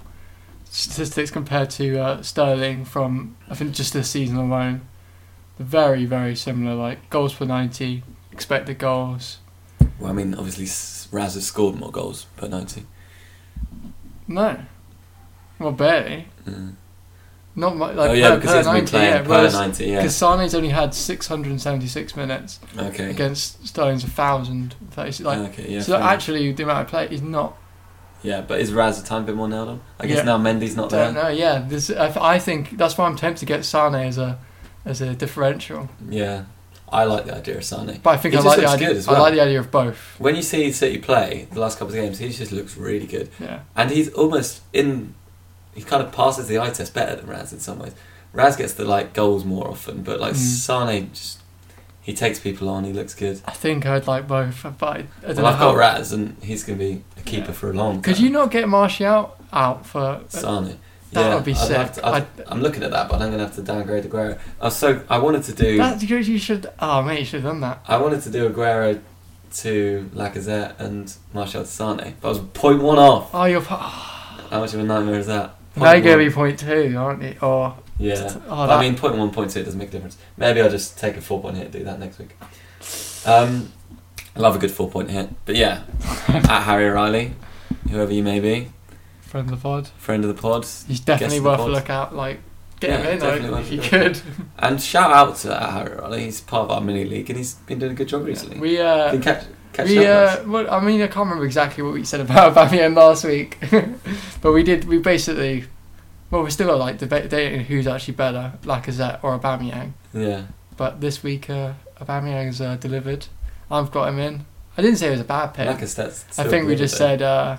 [SPEAKER 1] statistics compared to uh, Sterling from I think just this season alone. They're Very very similar. Like goals per ninety, expected goals.
[SPEAKER 2] Well, I mean, obviously, S- Raz has scored more goals per 90.
[SPEAKER 1] No, well barely.
[SPEAKER 2] Mm.
[SPEAKER 1] Not much. Like
[SPEAKER 2] oh yeah,
[SPEAKER 1] per,
[SPEAKER 2] because
[SPEAKER 1] per
[SPEAKER 2] he hasn't
[SPEAKER 1] 90,
[SPEAKER 2] been playing
[SPEAKER 1] yeah,
[SPEAKER 2] per
[SPEAKER 1] whereas-
[SPEAKER 2] ninety. Yeah.
[SPEAKER 1] Because Sane's only had 676 minutes
[SPEAKER 2] Okay.
[SPEAKER 1] against Sterling's 1,036. Like,
[SPEAKER 2] okay. Uh, Yeah.
[SPEAKER 1] so
[SPEAKER 2] fair enough.
[SPEAKER 1] actually, the amount of play is not
[SPEAKER 2] yeah, but is Raz a tiny bit more nailed on? I guess
[SPEAKER 1] Yeah.
[SPEAKER 2] now Mendy's not there.
[SPEAKER 1] don't know. Yeah, this I, I think that's why I'm tempted to get Sane as a as a differential.
[SPEAKER 2] Yeah. I like the idea of Sane.
[SPEAKER 1] But I think
[SPEAKER 2] He
[SPEAKER 1] I
[SPEAKER 2] just
[SPEAKER 1] like the
[SPEAKER 2] looks
[SPEAKER 1] idea.
[SPEAKER 2] good as
[SPEAKER 1] I
[SPEAKER 2] well.
[SPEAKER 1] like the idea of both.
[SPEAKER 2] When you see City play the last couple of games, he just looks really good,
[SPEAKER 1] Yeah,
[SPEAKER 2] and he's almost in. He kind of passes the eye test better than Raz in some ways. Raz gets the like goals more often, but like
[SPEAKER 1] Mm.
[SPEAKER 2] Sane just he takes people on. He looks good.
[SPEAKER 1] I think I'd like both, but I, I don't
[SPEAKER 2] Well, I've
[SPEAKER 1] know
[SPEAKER 2] got Raz, and he's going to be a keeper
[SPEAKER 1] Yeah.
[SPEAKER 2] for a long.
[SPEAKER 1] Could
[SPEAKER 2] time.
[SPEAKER 1] you not get Martial out for? uh,
[SPEAKER 2] Sane?
[SPEAKER 1] That
[SPEAKER 2] yeah,
[SPEAKER 1] would be
[SPEAKER 2] I'd Have
[SPEAKER 1] sick.
[SPEAKER 2] to, I'd, I'm looking at that, but I'm going to have to downgrade Aguero. I was so I wanted to do.
[SPEAKER 1] That's good. You should. Oh mate, you should have done that.
[SPEAKER 2] I wanted to do Aguero to Lacazette and Martial to Sane, but I was point one off.
[SPEAKER 1] Oh, you're. pa-
[SPEAKER 2] How much of a nightmare is that?
[SPEAKER 1] Oh, now you're
[SPEAKER 2] Point
[SPEAKER 1] gonna
[SPEAKER 2] one.
[SPEAKER 1] be point two, aren't you? Or
[SPEAKER 2] Yeah.
[SPEAKER 1] oh,
[SPEAKER 2] I
[SPEAKER 1] that,
[SPEAKER 2] mean, point one, point two, it doesn't make a difference. Maybe I'll just take a four point hit and do that next week. Um, I love a good four point hit. But yeah, at Harry O'Reilly, whoever you may be,
[SPEAKER 1] friend of the pod.
[SPEAKER 2] friend of the pod.
[SPEAKER 1] He's definitely
[SPEAKER 2] Guess the
[SPEAKER 1] worth a
[SPEAKER 2] pod.
[SPEAKER 1] look out. Like, get
[SPEAKER 2] Yeah,
[SPEAKER 1] him in
[SPEAKER 2] definitely
[SPEAKER 1] like, if
[SPEAKER 2] worth a
[SPEAKER 1] you
[SPEAKER 2] look.
[SPEAKER 1] could.
[SPEAKER 2] And shout out to at Harry O'Reilly, he's part of our mini league and he's been doing a good job recently.
[SPEAKER 1] We uh,
[SPEAKER 2] been catch, catching
[SPEAKER 1] we,
[SPEAKER 2] up with us.
[SPEAKER 1] uh, well, I mean, I can't remember exactly what we said about Aubameyang last week, but we did. We basically, well, we're still like debating who's actually better, Lacazette or Aubameyang.
[SPEAKER 2] Yeah.
[SPEAKER 1] But this week, uh, Aubameyang's uh, delivered. I've got him in. I didn't say it was a bad pick.
[SPEAKER 2] Lacazette's
[SPEAKER 1] I
[SPEAKER 2] still
[SPEAKER 1] think we
[SPEAKER 2] good,
[SPEAKER 1] just
[SPEAKER 2] though.
[SPEAKER 1] said. Uh,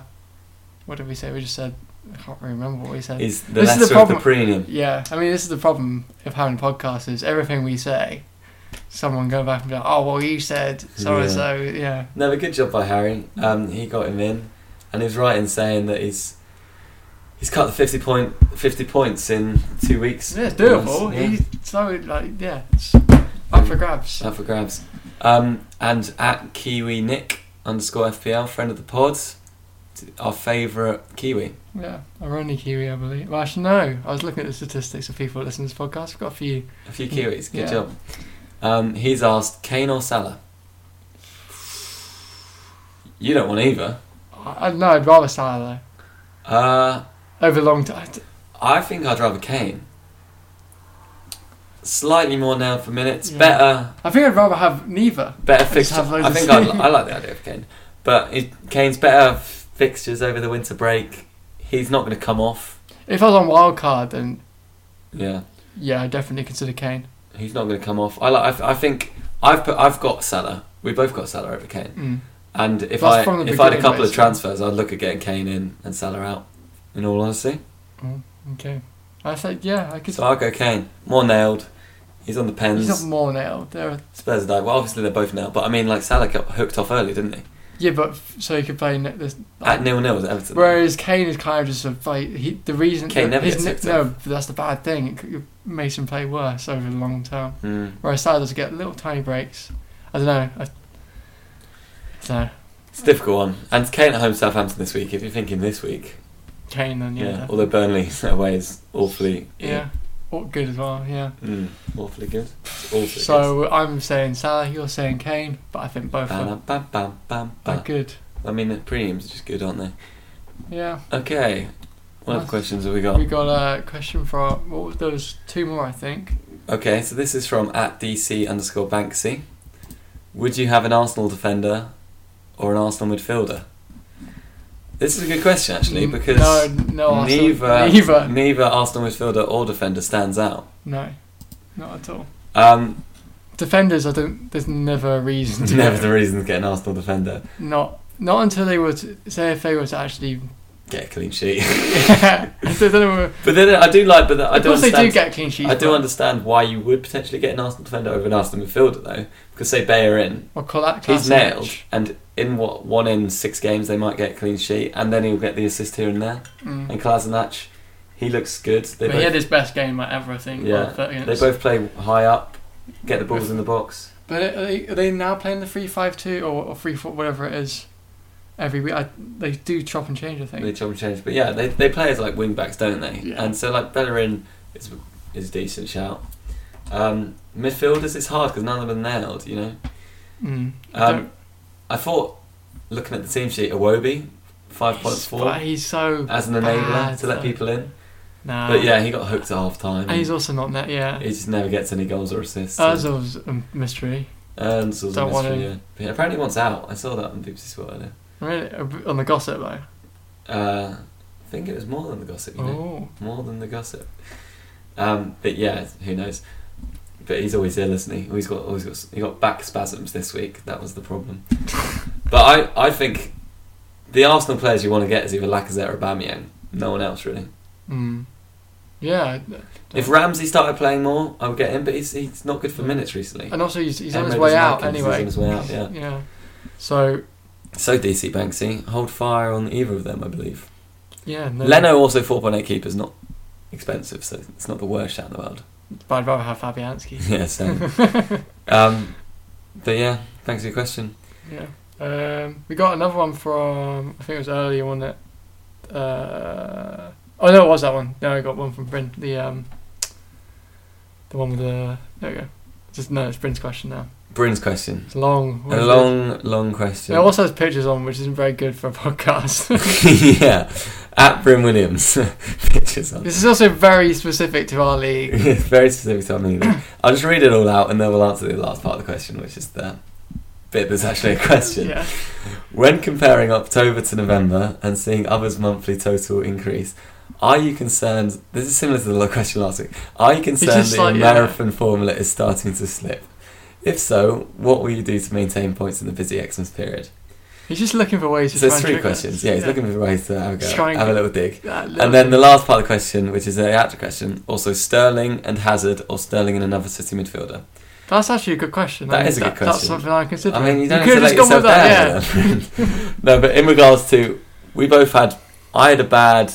[SPEAKER 1] what did we say? We just said. I can't remember what we said.
[SPEAKER 2] He's the
[SPEAKER 1] uh, This is
[SPEAKER 2] lesser
[SPEAKER 1] the
[SPEAKER 2] of the
[SPEAKER 1] problem.
[SPEAKER 2] premium.
[SPEAKER 1] Yeah, I mean, this is the problem of having podcasts is everything we say, someone go back and be like, oh, well, you said so and so. Yeah.
[SPEAKER 2] No, but good job by Harry. Um, he got him in, and he was right in saying that he's he's cut the fifty point fifty points in two weeks.
[SPEAKER 1] Yeah, it's doable.
[SPEAKER 2] Yeah.
[SPEAKER 1] He's so, like, yeah, it's up for grabs.
[SPEAKER 2] Up for grabs. Um, and at Kiwi Nick underscore FPL, friend of the pod, our favourite Kiwi.
[SPEAKER 1] Yeah, I'm only Kiwi, I believe. Well, actually, no. I was looking at the statistics of people that listen to this podcast. I've got a few.
[SPEAKER 2] A few Kiwis. Good
[SPEAKER 1] Yeah.
[SPEAKER 2] job. Um, he's asked Kane or Salah. You don't want either.
[SPEAKER 1] I, I, no, I'd rather Salah,
[SPEAKER 2] Uh,
[SPEAKER 1] though. Over long time.
[SPEAKER 2] I think I'd rather Kane. Slightly more now for minutes.
[SPEAKER 1] Yeah.
[SPEAKER 2] Better,
[SPEAKER 1] I think I'd rather have neither.
[SPEAKER 2] better
[SPEAKER 1] Just
[SPEAKER 2] fixtures.
[SPEAKER 1] have loads
[SPEAKER 2] I
[SPEAKER 1] of
[SPEAKER 2] think I,
[SPEAKER 1] sleep.
[SPEAKER 2] I like the idea of Kane, but it, Kane's better f- fixtures over the winter break. He's not going to come off.
[SPEAKER 1] If I was on wild card, then
[SPEAKER 2] Yeah,
[SPEAKER 1] yeah, I'd definitely consider Kane.
[SPEAKER 2] he's not going to come off. I like. I, f- I think I've put. I've got Salah. We both got Salah over Kane.
[SPEAKER 1] Mm.
[SPEAKER 2] And if
[SPEAKER 1] That's
[SPEAKER 2] I
[SPEAKER 1] from the
[SPEAKER 2] if I had a
[SPEAKER 1] beginning,
[SPEAKER 2] couple of
[SPEAKER 1] basically.
[SPEAKER 2] transfers, I'd look at getting Kane in and Salah out. In all honesty,
[SPEAKER 1] Okay. I said, yeah, I could.
[SPEAKER 2] so I'll go Kane. More nailed. He's on the pens.
[SPEAKER 1] He's not more nailed. There are
[SPEAKER 2] Spurs are like, well, obviously they're both now, but I mean, like Salah got hooked off early, didn't he?
[SPEAKER 1] Yeah, but f- so he could play. Ne- this,
[SPEAKER 2] At nil nil at Everton.
[SPEAKER 1] whereas Kane Oh. is kind of just a play. He, the reason
[SPEAKER 2] Kane never
[SPEAKER 1] his
[SPEAKER 2] gets
[SPEAKER 1] ne-
[SPEAKER 2] picked
[SPEAKER 1] no,
[SPEAKER 2] up.
[SPEAKER 1] but that's the bad thing. It c- makes him play worse over the long term.
[SPEAKER 2] Hmm.
[SPEAKER 1] Whereas Salah does get little tiny breaks. I don't know. I, I don't know.
[SPEAKER 2] It's a difficult one. And Kane at home to Southampton this week. If you're thinking this week,
[SPEAKER 1] Kane then
[SPEAKER 2] yeah.
[SPEAKER 1] yeah. Yeah.
[SPEAKER 2] Although Burnley away is awfully
[SPEAKER 1] yeah. Oh, good as well. Yeah.
[SPEAKER 2] Mm, awfully good. It's awfully
[SPEAKER 1] So uh, I'm saying Salah. You're saying Kane, but I think
[SPEAKER 2] good.
[SPEAKER 1] both are,
[SPEAKER 2] Bam, bam, bam, bam,
[SPEAKER 1] are
[SPEAKER 2] bam.
[SPEAKER 1] good.
[SPEAKER 2] I mean, the premiums are just good, aren't they?
[SPEAKER 1] Yeah.
[SPEAKER 2] Okay. What other
[SPEAKER 1] Nice.
[SPEAKER 2] questions have we got?
[SPEAKER 1] We got uh, a question from. What was, there was two more, I think.
[SPEAKER 2] Okay, so this is from at DC underscore Banksy. Would you have an Arsenal defender or an Arsenal midfielder? This is a good question actually
[SPEAKER 1] Mm,
[SPEAKER 2] because
[SPEAKER 1] no, no, Arsenal-
[SPEAKER 2] neither,
[SPEAKER 1] neither.
[SPEAKER 2] neither Arsenal midfielder or defender stands out.
[SPEAKER 1] No, not at all.
[SPEAKER 2] Um,
[SPEAKER 1] Defenders, I don't. There's never a reason. To
[SPEAKER 2] never the reason to get an Arsenal defender.
[SPEAKER 1] Not not until they were to, say if they were to actually.
[SPEAKER 2] Get a clean sheet.
[SPEAKER 1] yeah, they don't know.
[SPEAKER 2] but then I do like, but I
[SPEAKER 1] Of
[SPEAKER 2] do
[SPEAKER 1] course, they do
[SPEAKER 2] understand.
[SPEAKER 1] get clean sheets.
[SPEAKER 2] I do
[SPEAKER 1] but-
[SPEAKER 2] understand why you would potentially get an Arsenal defender over an Arsenal midfielder though, because say Bayer in,
[SPEAKER 1] Or call that
[SPEAKER 2] He's
[SPEAKER 1] Kolasinac.
[SPEAKER 2] nailed, and in what one in six games they might get a clean sheet, and then he'll get the assist here and there.
[SPEAKER 1] Mm.
[SPEAKER 2] And Kolasinac, he looks good. They
[SPEAKER 1] But he had
[SPEAKER 2] both,
[SPEAKER 1] his best game like, ever, I think.
[SPEAKER 2] Yeah,
[SPEAKER 1] but against-
[SPEAKER 2] they both play high up, get the balls in the box.
[SPEAKER 1] But are they, are they now playing the three five two or, or three four whatever it is? Every week, I, they do chop and change. I think.
[SPEAKER 2] They chop and change, but yeah, they they play as like wing backs, don't they?
[SPEAKER 1] Yeah.
[SPEAKER 2] And so like Bellerin is is a decent shout. Um, midfielders, it's hard because none of them nailed. You know,
[SPEAKER 1] Mm. I
[SPEAKER 2] um,
[SPEAKER 1] don't-
[SPEAKER 2] I thought looking at the team sheet, Awobi five point
[SPEAKER 1] But
[SPEAKER 2] four
[SPEAKER 1] he's so.
[SPEAKER 2] as an enabler
[SPEAKER 1] bad,
[SPEAKER 2] to let
[SPEAKER 1] though.
[SPEAKER 2] people in.
[SPEAKER 1] Nah.
[SPEAKER 2] But yeah, he got hooked at half time.
[SPEAKER 1] And he's also not net. Yeah.
[SPEAKER 2] He just never gets any goals or assists.
[SPEAKER 1] Ozil's a mystery.
[SPEAKER 2] and so
[SPEAKER 1] Don't want
[SPEAKER 2] yeah. But apparently he wants out. I saw that on BBC Sport earlier.
[SPEAKER 1] Really, on the gossip though.
[SPEAKER 2] Uh, I think it was more than the gossip, you
[SPEAKER 1] Oh,
[SPEAKER 2] know. More than the gossip. Um, but yeah, who knows. but he's always ill, isn't he? He's got always got he got back spasms this week. That was the problem. but I I think the Arsenal players you want to get is either Lacazette or Aubameyang. No one else really.
[SPEAKER 1] Mm. Yeah. I-
[SPEAKER 2] If Ramsey started playing more, I would get him. But he's he's not good for minutes recently.
[SPEAKER 1] and also he's, he's on
[SPEAKER 2] Emery
[SPEAKER 1] his way
[SPEAKER 2] doesn't
[SPEAKER 1] out
[SPEAKER 2] like him, he's
[SPEAKER 1] anyway.
[SPEAKER 2] on his way out, yeah.
[SPEAKER 1] yeah. So
[SPEAKER 2] So DC Banksy hold fire on either of them, I believe.
[SPEAKER 1] yeah, no,
[SPEAKER 2] Leno also four point eight keepers, not expensive, so it's not the worst shot in the world.
[SPEAKER 1] But I'd rather have Fabianski.
[SPEAKER 2] yeah, same. um, but yeah, thanks for your question.
[SPEAKER 1] yeah. Um, we got another one from I think it was earlier one that. Uh, oh no, it was that one. No, I got one from Bryn. The um, the one with the there we go. Just no, it's Bryn's question now.
[SPEAKER 2] Bryn's question.
[SPEAKER 1] It's long.
[SPEAKER 2] A long, long question.
[SPEAKER 1] It also has pictures on, which isn't very good for a podcast.
[SPEAKER 2] yeah, at Bryn Williams. Pictures on.
[SPEAKER 1] this is also very specific to our league.
[SPEAKER 2] Very specific to our meaning. I'll just read it all out and then we'll answer the last part of the question, which is the bit that's actually a question.
[SPEAKER 1] Yeah.
[SPEAKER 2] When comparing October to November and seeing others' monthly total increase, are you concerned? This is similar to the question last week. Are you concerned
[SPEAKER 1] just
[SPEAKER 2] that your
[SPEAKER 1] like, yeah.
[SPEAKER 2] marathon formula is starting to slip? If so, what will you do to maintain points in the busy Xmas period?
[SPEAKER 1] He's just looking for ways to
[SPEAKER 2] So
[SPEAKER 1] try
[SPEAKER 2] it's
[SPEAKER 1] and
[SPEAKER 2] three
[SPEAKER 1] trigger us.
[SPEAKER 2] questions. Yeah, he's looking for ways to have a,
[SPEAKER 1] He's
[SPEAKER 2] go,
[SPEAKER 1] trying
[SPEAKER 2] have a
[SPEAKER 1] to-
[SPEAKER 2] little dig.
[SPEAKER 1] That little
[SPEAKER 2] And then the
[SPEAKER 1] thing.
[SPEAKER 2] last part of the question, which is a actual question, also Sterling and Hazard or Sterling and another City midfielder.
[SPEAKER 1] That's actually a good question.
[SPEAKER 2] That
[SPEAKER 1] I mean,
[SPEAKER 2] is a good
[SPEAKER 1] That's
[SPEAKER 2] question.
[SPEAKER 1] something I'm considering.
[SPEAKER 2] I mean, you don't
[SPEAKER 1] could
[SPEAKER 2] have to let
[SPEAKER 1] have just gone with
[SPEAKER 2] yourself
[SPEAKER 1] that, yeah.
[SPEAKER 2] down. yeah. no, but in regards to, we both had. I had a bad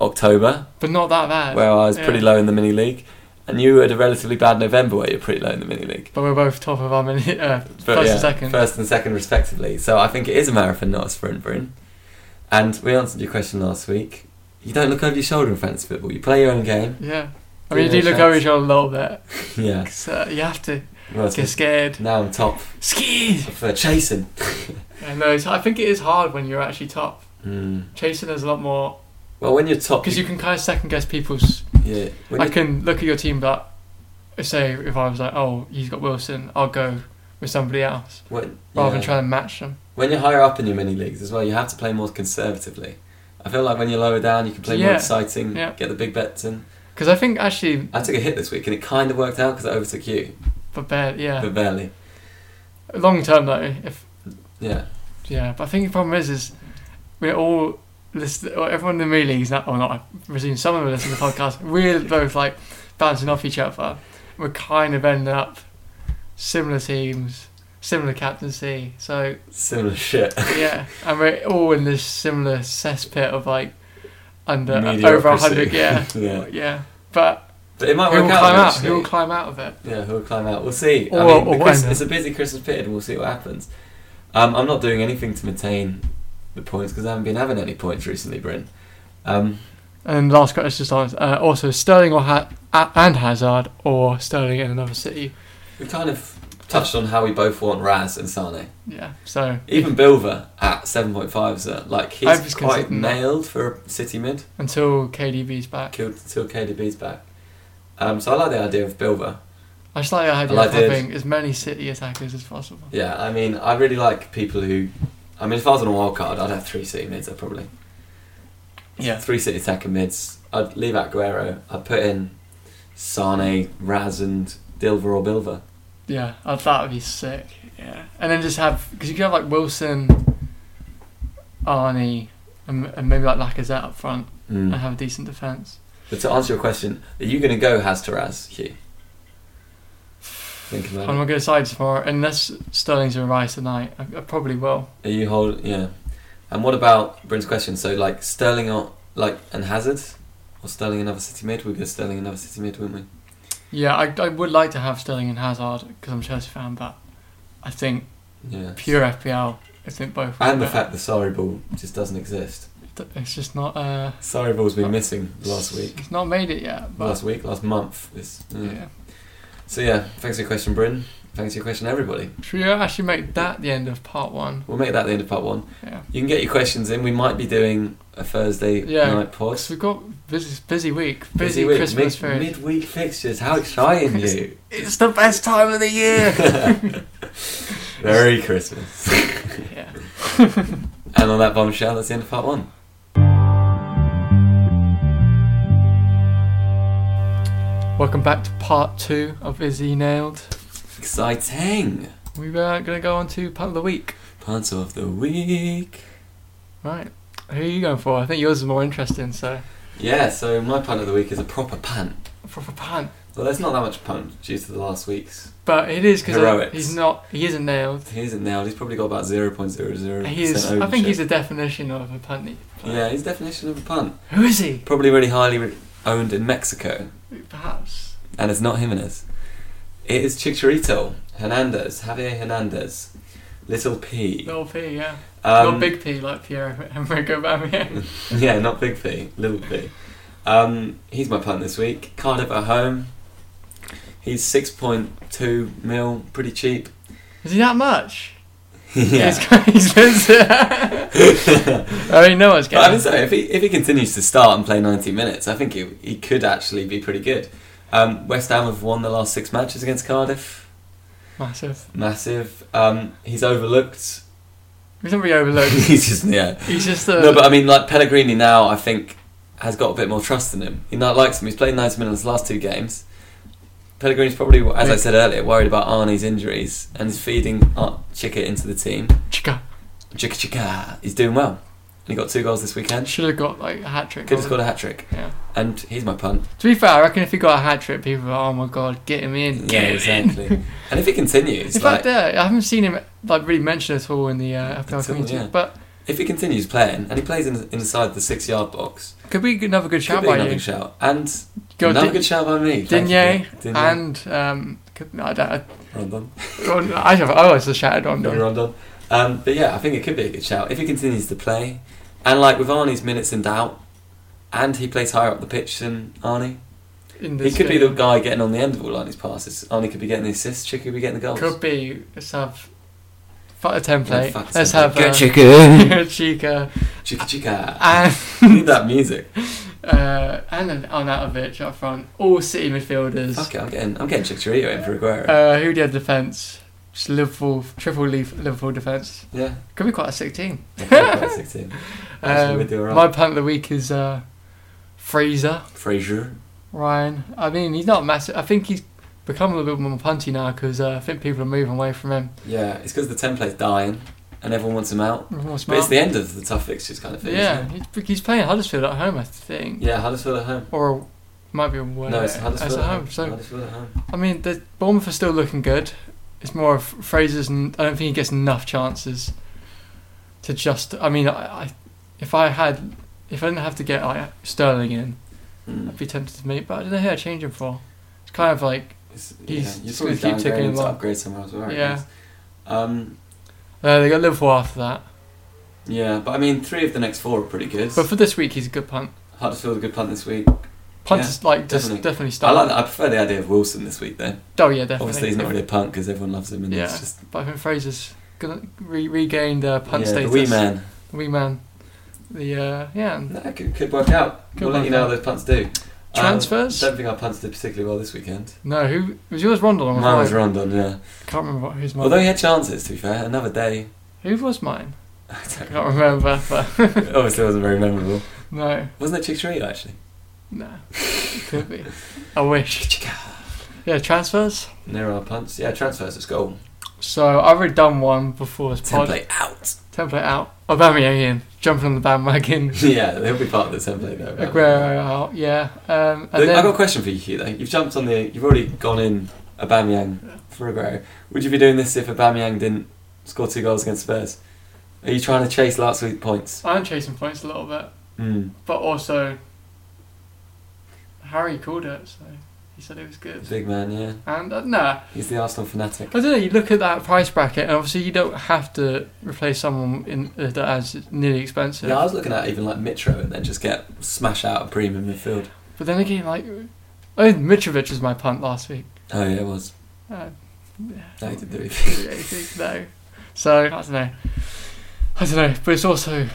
[SPEAKER 2] October
[SPEAKER 1] But not that bad.
[SPEAKER 2] where I was
[SPEAKER 1] yeah.
[SPEAKER 2] pretty low in the mini league, and you had a relatively bad November where you're pretty low in the mini league.
[SPEAKER 1] but we're both top of our minute. Uh,
[SPEAKER 2] But
[SPEAKER 1] First and
[SPEAKER 2] yeah,
[SPEAKER 1] second.
[SPEAKER 2] first and second respectively. So I think it is a marathon, not a sprint, Bryn. And we answered your question last week. You don't look over your shoulder in fantasy football. You play your own game.
[SPEAKER 1] yeah. I mean, you
[SPEAKER 2] Yeah,
[SPEAKER 1] do look over
[SPEAKER 2] thanks.
[SPEAKER 1] each other a little bit.
[SPEAKER 2] Yeah.
[SPEAKER 1] 'cause, uh, you have to
[SPEAKER 2] Well, it's
[SPEAKER 1] get scared.
[SPEAKER 2] now I'm top
[SPEAKER 1] Skied!
[SPEAKER 2] for chasing.
[SPEAKER 1] I know. it's- I think it is hard when you're actually top.
[SPEAKER 2] Mm.
[SPEAKER 1] Chasing is a lot more.
[SPEAKER 2] Well, when you're top,
[SPEAKER 1] Because you can kind of second guess people's
[SPEAKER 2] yeah. When
[SPEAKER 1] I
[SPEAKER 2] you-
[SPEAKER 1] can look at your team, but say if I was like, oh, he's got Wilson, I'll go with somebody else
[SPEAKER 2] when,
[SPEAKER 1] rather than
[SPEAKER 2] yeah.
[SPEAKER 1] trying to match them.
[SPEAKER 2] When you're higher up in your mini leagues as well, you have to play more conservatively. I feel like when you're lower down, you can play more
[SPEAKER 1] Yeah.
[SPEAKER 2] exciting,
[SPEAKER 1] Yeah.
[SPEAKER 2] get the big bets in.
[SPEAKER 1] Because I think actually,
[SPEAKER 2] I took a hit this week, and it kind of worked out because I overtook you,
[SPEAKER 1] but bare, yeah,
[SPEAKER 2] but barely.
[SPEAKER 1] long term though, if
[SPEAKER 2] Yeah,
[SPEAKER 1] yeah. But I think the problem is, is we're all listen, or everyone in the mini leagues, not, or not, I presume some of them listen to the podcast. We're both like bouncing off each other. We're kind of ending up similar teams, similar captaincy. So
[SPEAKER 2] similar shit.
[SPEAKER 1] yeah, and we're all in this similar cesspit of like under uh, over a
[SPEAKER 2] Mediocrity.
[SPEAKER 1] hundred. Yeah,
[SPEAKER 2] Yeah.
[SPEAKER 1] But
[SPEAKER 2] But it might
[SPEAKER 1] he'll
[SPEAKER 2] work
[SPEAKER 1] climb
[SPEAKER 2] out.
[SPEAKER 1] out.
[SPEAKER 2] eventually.
[SPEAKER 1] He'll climb out of it.
[SPEAKER 2] Yeah, he'll climb out. We'll see. I
[SPEAKER 1] Or-
[SPEAKER 2] mean,
[SPEAKER 1] or
[SPEAKER 2] the Chris-
[SPEAKER 1] when.
[SPEAKER 2] it's a busy Christmas period. We'll see what happens. Um, I'm not doing anything to maintain the points because I haven't been having any points recently, Bryn. Um,
[SPEAKER 1] And last question, just on, uh, also Sterling or ha- a- and Hazard or Sterling in another city.
[SPEAKER 2] we kind of touched on how we both want Raz and Sane.
[SPEAKER 1] Yeah, so
[SPEAKER 2] Even Bilver at 7.5 is uh, like
[SPEAKER 1] I was
[SPEAKER 2] he's quite
[SPEAKER 1] considering that.
[SPEAKER 2] nailed for a city mid.
[SPEAKER 1] until KDB's back,
[SPEAKER 2] Killed till KDB's back. Um, so I like the idea of Bilver.
[SPEAKER 1] I just like the idea
[SPEAKER 2] like
[SPEAKER 1] of
[SPEAKER 2] the-
[SPEAKER 1] having as many city attackers as possible.
[SPEAKER 2] Yeah, I mean, I really like people who. I mean, if I was on a wild card, I'd have three city mids. I probably.
[SPEAKER 1] Yeah.
[SPEAKER 2] Three city attacking mids. I'd leave out Guerrero. I'd put in Sane, Raz, and Dilver or Bilver.
[SPEAKER 1] Yeah, I that would be sick. Yeah, and then just have because you could have like Wilson, Arnie, and, and maybe like Lacazette up front, and
[SPEAKER 2] Mm.
[SPEAKER 1] have a decent defense.
[SPEAKER 2] But to answer your question, are you going to go Has to Raz, Hugh? Think
[SPEAKER 1] I'm
[SPEAKER 2] about
[SPEAKER 1] not going to decide tomorrow unless Sterling's a rise tonight. I, I probably will.
[SPEAKER 2] it. Are you hold? Yeah. And what about Bryn's question? So like Sterling or like and Hazard, or Sterling another city mid? We'd go Sterling another city mid, wouldn't we?
[SPEAKER 1] Yeah, I, I would like to have Sterling and Hazard because I'm a Chelsea fan, but I think
[SPEAKER 2] Yeah.
[SPEAKER 1] pure FPL, I think both. would
[SPEAKER 2] And the
[SPEAKER 1] be
[SPEAKER 2] fact the sorry ball just doesn't exist.
[SPEAKER 1] better. it's just not. Uh,
[SPEAKER 2] Sorry ball's been missing last week,
[SPEAKER 1] It's not made it yet. But,
[SPEAKER 2] last week, last month. This.
[SPEAKER 1] yeah.
[SPEAKER 2] yeah. So yeah, thanks for your question, Bryn. Thanks for your question, everybody.
[SPEAKER 1] Should we actually make that the end of part one?
[SPEAKER 2] We'll make that the end of part one.
[SPEAKER 1] Yeah.
[SPEAKER 2] You can get your questions in. We might be doing a Thursday
[SPEAKER 1] Yeah.
[SPEAKER 2] night pod.
[SPEAKER 1] Because we've got busy, busy week, busy,
[SPEAKER 2] week,
[SPEAKER 1] Christmas
[SPEAKER 2] mid-
[SPEAKER 1] period.
[SPEAKER 2] midweek fixtures. How exciting you!
[SPEAKER 1] It's the best time of the year.
[SPEAKER 2] Merry Christmas.
[SPEAKER 1] yeah.
[SPEAKER 2] And on that bombshell, that's the end of part one.
[SPEAKER 1] Welcome back to part two of Is He Nailed?
[SPEAKER 2] Exciting!
[SPEAKER 1] We're going to go on to part of the week.
[SPEAKER 2] Punt of the week.
[SPEAKER 1] Right. Who are you going for? I think yours is more interesting, so.
[SPEAKER 2] Yeah, so my punt of the week is a proper punt.
[SPEAKER 1] For for Pan.
[SPEAKER 2] Well, there's not that much punt due to the last week's.
[SPEAKER 1] But it is because
[SPEAKER 2] Heroics.
[SPEAKER 1] he's not. He isn't nailed.
[SPEAKER 2] He isn't nailed. He's probably got about 0.00%.
[SPEAKER 1] He is. I
[SPEAKER 2] ownership.
[SPEAKER 1] think he's the definition of a punty.
[SPEAKER 2] Yeah, he's definition of a punt.
[SPEAKER 1] Who is he?
[SPEAKER 2] Probably really highly re- owned in Mexico.
[SPEAKER 1] Perhaps.
[SPEAKER 2] And it's not Jimenez. It is Chicharito, Hernandez, Javier Hernandez, Little P.
[SPEAKER 1] Little P, yeah.
[SPEAKER 2] Um,
[SPEAKER 1] not Big P like Pierre Enrico Bamian.
[SPEAKER 2] Yeah, not Big P, Little P. Um, he's my punt this week. Cardiff at home. He's 6.2 mil, pretty cheap.
[SPEAKER 1] Is he that much?
[SPEAKER 2] yeah.
[SPEAKER 1] He's quite expensive. I already know what's
[SPEAKER 2] But I
[SPEAKER 1] going
[SPEAKER 2] would
[SPEAKER 1] on.
[SPEAKER 2] say if he if he continues to start and play 90 minutes, I think he he could actually be pretty good. Um, West Ham have won the last six matches against Cardiff.
[SPEAKER 1] Massive.
[SPEAKER 2] Massive. Um, he's overlooked.
[SPEAKER 1] He's not really overlooked.
[SPEAKER 2] he's just yeah.
[SPEAKER 1] He's just a.
[SPEAKER 2] No, but I mean, like Pellegrini now, I think has got a bit more trust in him. He now likes him. He's played 90 minutes the last two games. Pellegrini's probably, as I said earlier, worried about Arnie's injuries and is feeding Art Chica into the team.
[SPEAKER 1] Chica.
[SPEAKER 2] Chica Chica, he's doing well. And he got two goals this weekend.
[SPEAKER 1] Should have got like a hat trick.
[SPEAKER 2] Could have scored a hat trick.
[SPEAKER 1] Yeah.
[SPEAKER 2] And he's my punt.
[SPEAKER 1] To be fair, I reckon if he got a hat trick, people were, oh my god, get him in.
[SPEAKER 2] Yeah,
[SPEAKER 1] Get him in.
[SPEAKER 2] exactly. and if it continues,
[SPEAKER 1] In
[SPEAKER 2] like
[SPEAKER 1] fact, yeah, I haven't seen him like really mentioned at all in the uh,
[SPEAKER 2] At all,
[SPEAKER 1] FPL community.
[SPEAKER 2] yeah.
[SPEAKER 1] But
[SPEAKER 2] if he continues playing and he plays in, inside the six-yard box,
[SPEAKER 1] could be another good
[SPEAKER 2] should
[SPEAKER 1] shout
[SPEAKER 2] be
[SPEAKER 1] by
[SPEAKER 2] another
[SPEAKER 1] you.
[SPEAKER 2] good shout. And
[SPEAKER 1] Go
[SPEAKER 2] another
[SPEAKER 1] Di-
[SPEAKER 2] good shout by me.
[SPEAKER 1] Digne
[SPEAKER 2] thank you. Digne.
[SPEAKER 1] and um, could, I don't. I,
[SPEAKER 2] Rondon.
[SPEAKER 1] Ron- I have always shouted on
[SPEAKER 2] Not
[SPEAKER 1] them.
[SPEAKER 2] Rondon. Um, but yeah, I think it could be a good shout if he continues to play. And like with Arnie's minutes in doubt, and he plays higher up the pitch than Arnie,
[SPEAKER 1] In
[SPEAKER 2] he
[SPEAKER 1] this
[SPEAKER 2] could be the
[SPEAKER 1] game.
[SPEAKER 2] guy getting on the end of all Arnie's passes. Arnie could be getting the assists. Chick could be getting the goals.
[SPEAKER 1] Could be. Let's have. Fuck a
[SPEAKER 2] Yeah,
[SPEAKER 1] template.
[SPEAKER 2] fuck
[SPEAKER 1] Let's
[SPEAKER 2] something.
[SPEAKER 1] have.
[SPEAKER 2] Go
[SPEAKER 1] Uh,
[SPEAKER 2] Chica.
[SPEAKER 1] Chica.
[SPEAKER 2] Chica Chica.
[SPEAKER 1] And.
[SPEAKER 2] Need that music.
[SPEAKER 1] Uh, and an Arnautovic up front. All City midfielders.
[SPEAKER 2] Fuck it, I'm getting, I'm getting Chicharito in for Aguero.
[SPEAKER 1] Uh, who did defence? Just Liverpool. Triple leaf Liverpool defence.
[SPEAKER 2] yeah.
[SPEAKER 1] Could be quite a sick team.
[SPEAKER 2] Yeah, 16. Actually,
[SPEAKER 1] Um,
[SPEAKER 2] we'd do alright.
[SPEAKER 1] My punt of the week is uh, Fraser
[SPEAKER 2] Fraser.
[SPEAKER 1] Ryan. I mean, he's not massive. I think he's become a little bit more punty now because uh, I think people are moving away from him.
[SPEAKER 2] Yeah, it's because the template's dying and everyone wants him out.
[SPEAKER 1] More
[SPEAKER 2] But it's
[SPEAKER 1] smart.
[SPEAKER 2] the end of the tough fixtures kind of thing.
[SPEAKER 1] yeah,
[SPEAKER 2] Isn't it?
[SPEAKER 1] he's, he's playing Huddersfield at home, I think.
[SPEAKER 2] Yeah, Huddersfield at home.
[SPEAKER 1] Or might be away.
[SPEAKER 2] no, it's
[SPEAKER 1] It's
[SPEAKER 2] Huddersfield
[SPEAKER 1] at home. So
[SPEAKER 2] Huddersfield at home.
[SPEAKER 1] I mean, the Bournemouth are still looking good. It's more of Fraser's. n- I don't think he gets enough chances to just. I mean, I, I if I had, if I didn't have to get like Sterling in, I'd
[SPEAKER 2] Mm.
[SPEAKER 1] be tempted to make. But I don't know who I change him for. It's kind of like
[SPEAKER 2] It's-
[SPEAKER 1] He's
[SPEAKER 2] yeah, you
[SPEAKER 1] just
[SPEAKER 2] probably
[SPEAKER 1] gonna keep
[SPEAKER 2] downgrade
[SPEAKER 1] ticking
[SPEAKER 2] him to
[SPEAKER 1] along.
[SPEAKER 2] upgrade somewhere else. Right?
[SPEAKER 1] Yeah.
[SPEAKER 2] Um,
[SPEAKER 1] Uh, they got Liverpool after that.
[SPEAKER 2] yeah, but I mean, three of the next four are pretty good.
[SPEAKER 1] But for this week, he's a good punt.
[SPEAKER 2] Huddersfield a good punt this week.
[SPEAKER 1] Punt
[SPEAKER 2] Yeah,
[SPEAKER 1] is like just
[SPEAKER 2] definitely.
[SPEAKER 1] definitely,
[SPEAKER 2] I
[SPEAKER 1] start.
[SPEAKER 2] like that. I prefer the idea of Wilson this week, though.
[SPEAKER 1] Oh yeah, definitely.
[SPEAKER 2] Obviously, he's not really a punt because everyone loves him, and
[SPEAKER 1] Yeah.
[SPEAKER 2] it's just
[SPEAKER 1] But I think Fraser's gonna re- regained uh, punt
[SPEAKER 2] yeah,
[SPEAKER 1] status.
[SPEAKER 2] the wee man.
[SPEAKER 1] The wee man. The uh, yeah. and
[SPEAKER 2] That could, could work out.
[SPEAKER 1] Could
[SPEAKER 2] we'll let
[SPEAKER 1] work
[SPEAKER 2] you know how
[SPEAKER 1] out.
[SPEAKER 2] those punts do. Um,
[SPEAKER 1] Transfers?
[SPEAKER 2] don't think our punts did particularly well this weekend.
[SPEAKER 1] No, who was yours? Rondon. or
[SPEAKER 2] Mine was Rondon, yeah.
[SPEAKER 1] Can't remember what, who's mine.
[SPEAKER 2] Although he had chances, to be fair. Another day.
[SPEAKER 1] Who was mine?
[SPEAKER 2] I
[SPEAKER 1] I
[SPEAKER 2] don't know.
[SPEAKER 1] can't remember. But
[SPEAKER 2] It Obviously, wasn't very memorable.
[SPEAKER 1] no,
[SPEAKER 2] Wasn't it Chicharito, actually?
[SPEAKER 1] no, it could be. I wish. Yeah, transfers.
[SPEAKER 2] And there are punts. Yeah, transfers, let's go.
[SPEAKER 1] So I've already done one before this pod.
[SPEAKER 2] Template out.
[SPEAKER 1] Template out. Aubameyang in. Jumping on the bandwagon.
[SPEAKER 2] yeah, he'll be part of the template, though. right?
[SPEAKER 1] Aguero out, yeah. Um, and
[SPEAKER 2] Look, I've
[SPEAKER 1] then,
[SPEAKER 2] got a question for you, Hugh, though. You've jumped on the. You've already gone in Abamyang for Aguero. Would you be doing this if Abamyang didn't score two goals against Spurs? Are you trying to chase last week's points?
[SPEAKER 1] I'm chasing points a little bit,
[SPEAKER 2] Mm.
[SPEAKER 1] but also Harry called it, so he said it was good.
[SPEAKER 2] Big man, yeah.
[SPEAKER 1] And uh, no,
[SPEAKER 2] He's the Arsenal fanatic.
[SPEAKER 1] I don't know. You look at that price bracket, and obviously you don't have to replace someone in uh, that as nearly expensive.
[SPEAKER 2] Yeah, I was looking at even like Mitro and then just get smash out of premium midfield.
[SPEAKER 1] But then again, like, I mean, Mitrovic was my punt last week.
[SPEAKER 2] Oh yeah, it was.
[SPEAKER 1] Uh, yeah.
[SPEAKER 2] No, he didn't do
[SPEAKER 1] Didn't do anything, no. So I don't know. I don't know, but it's also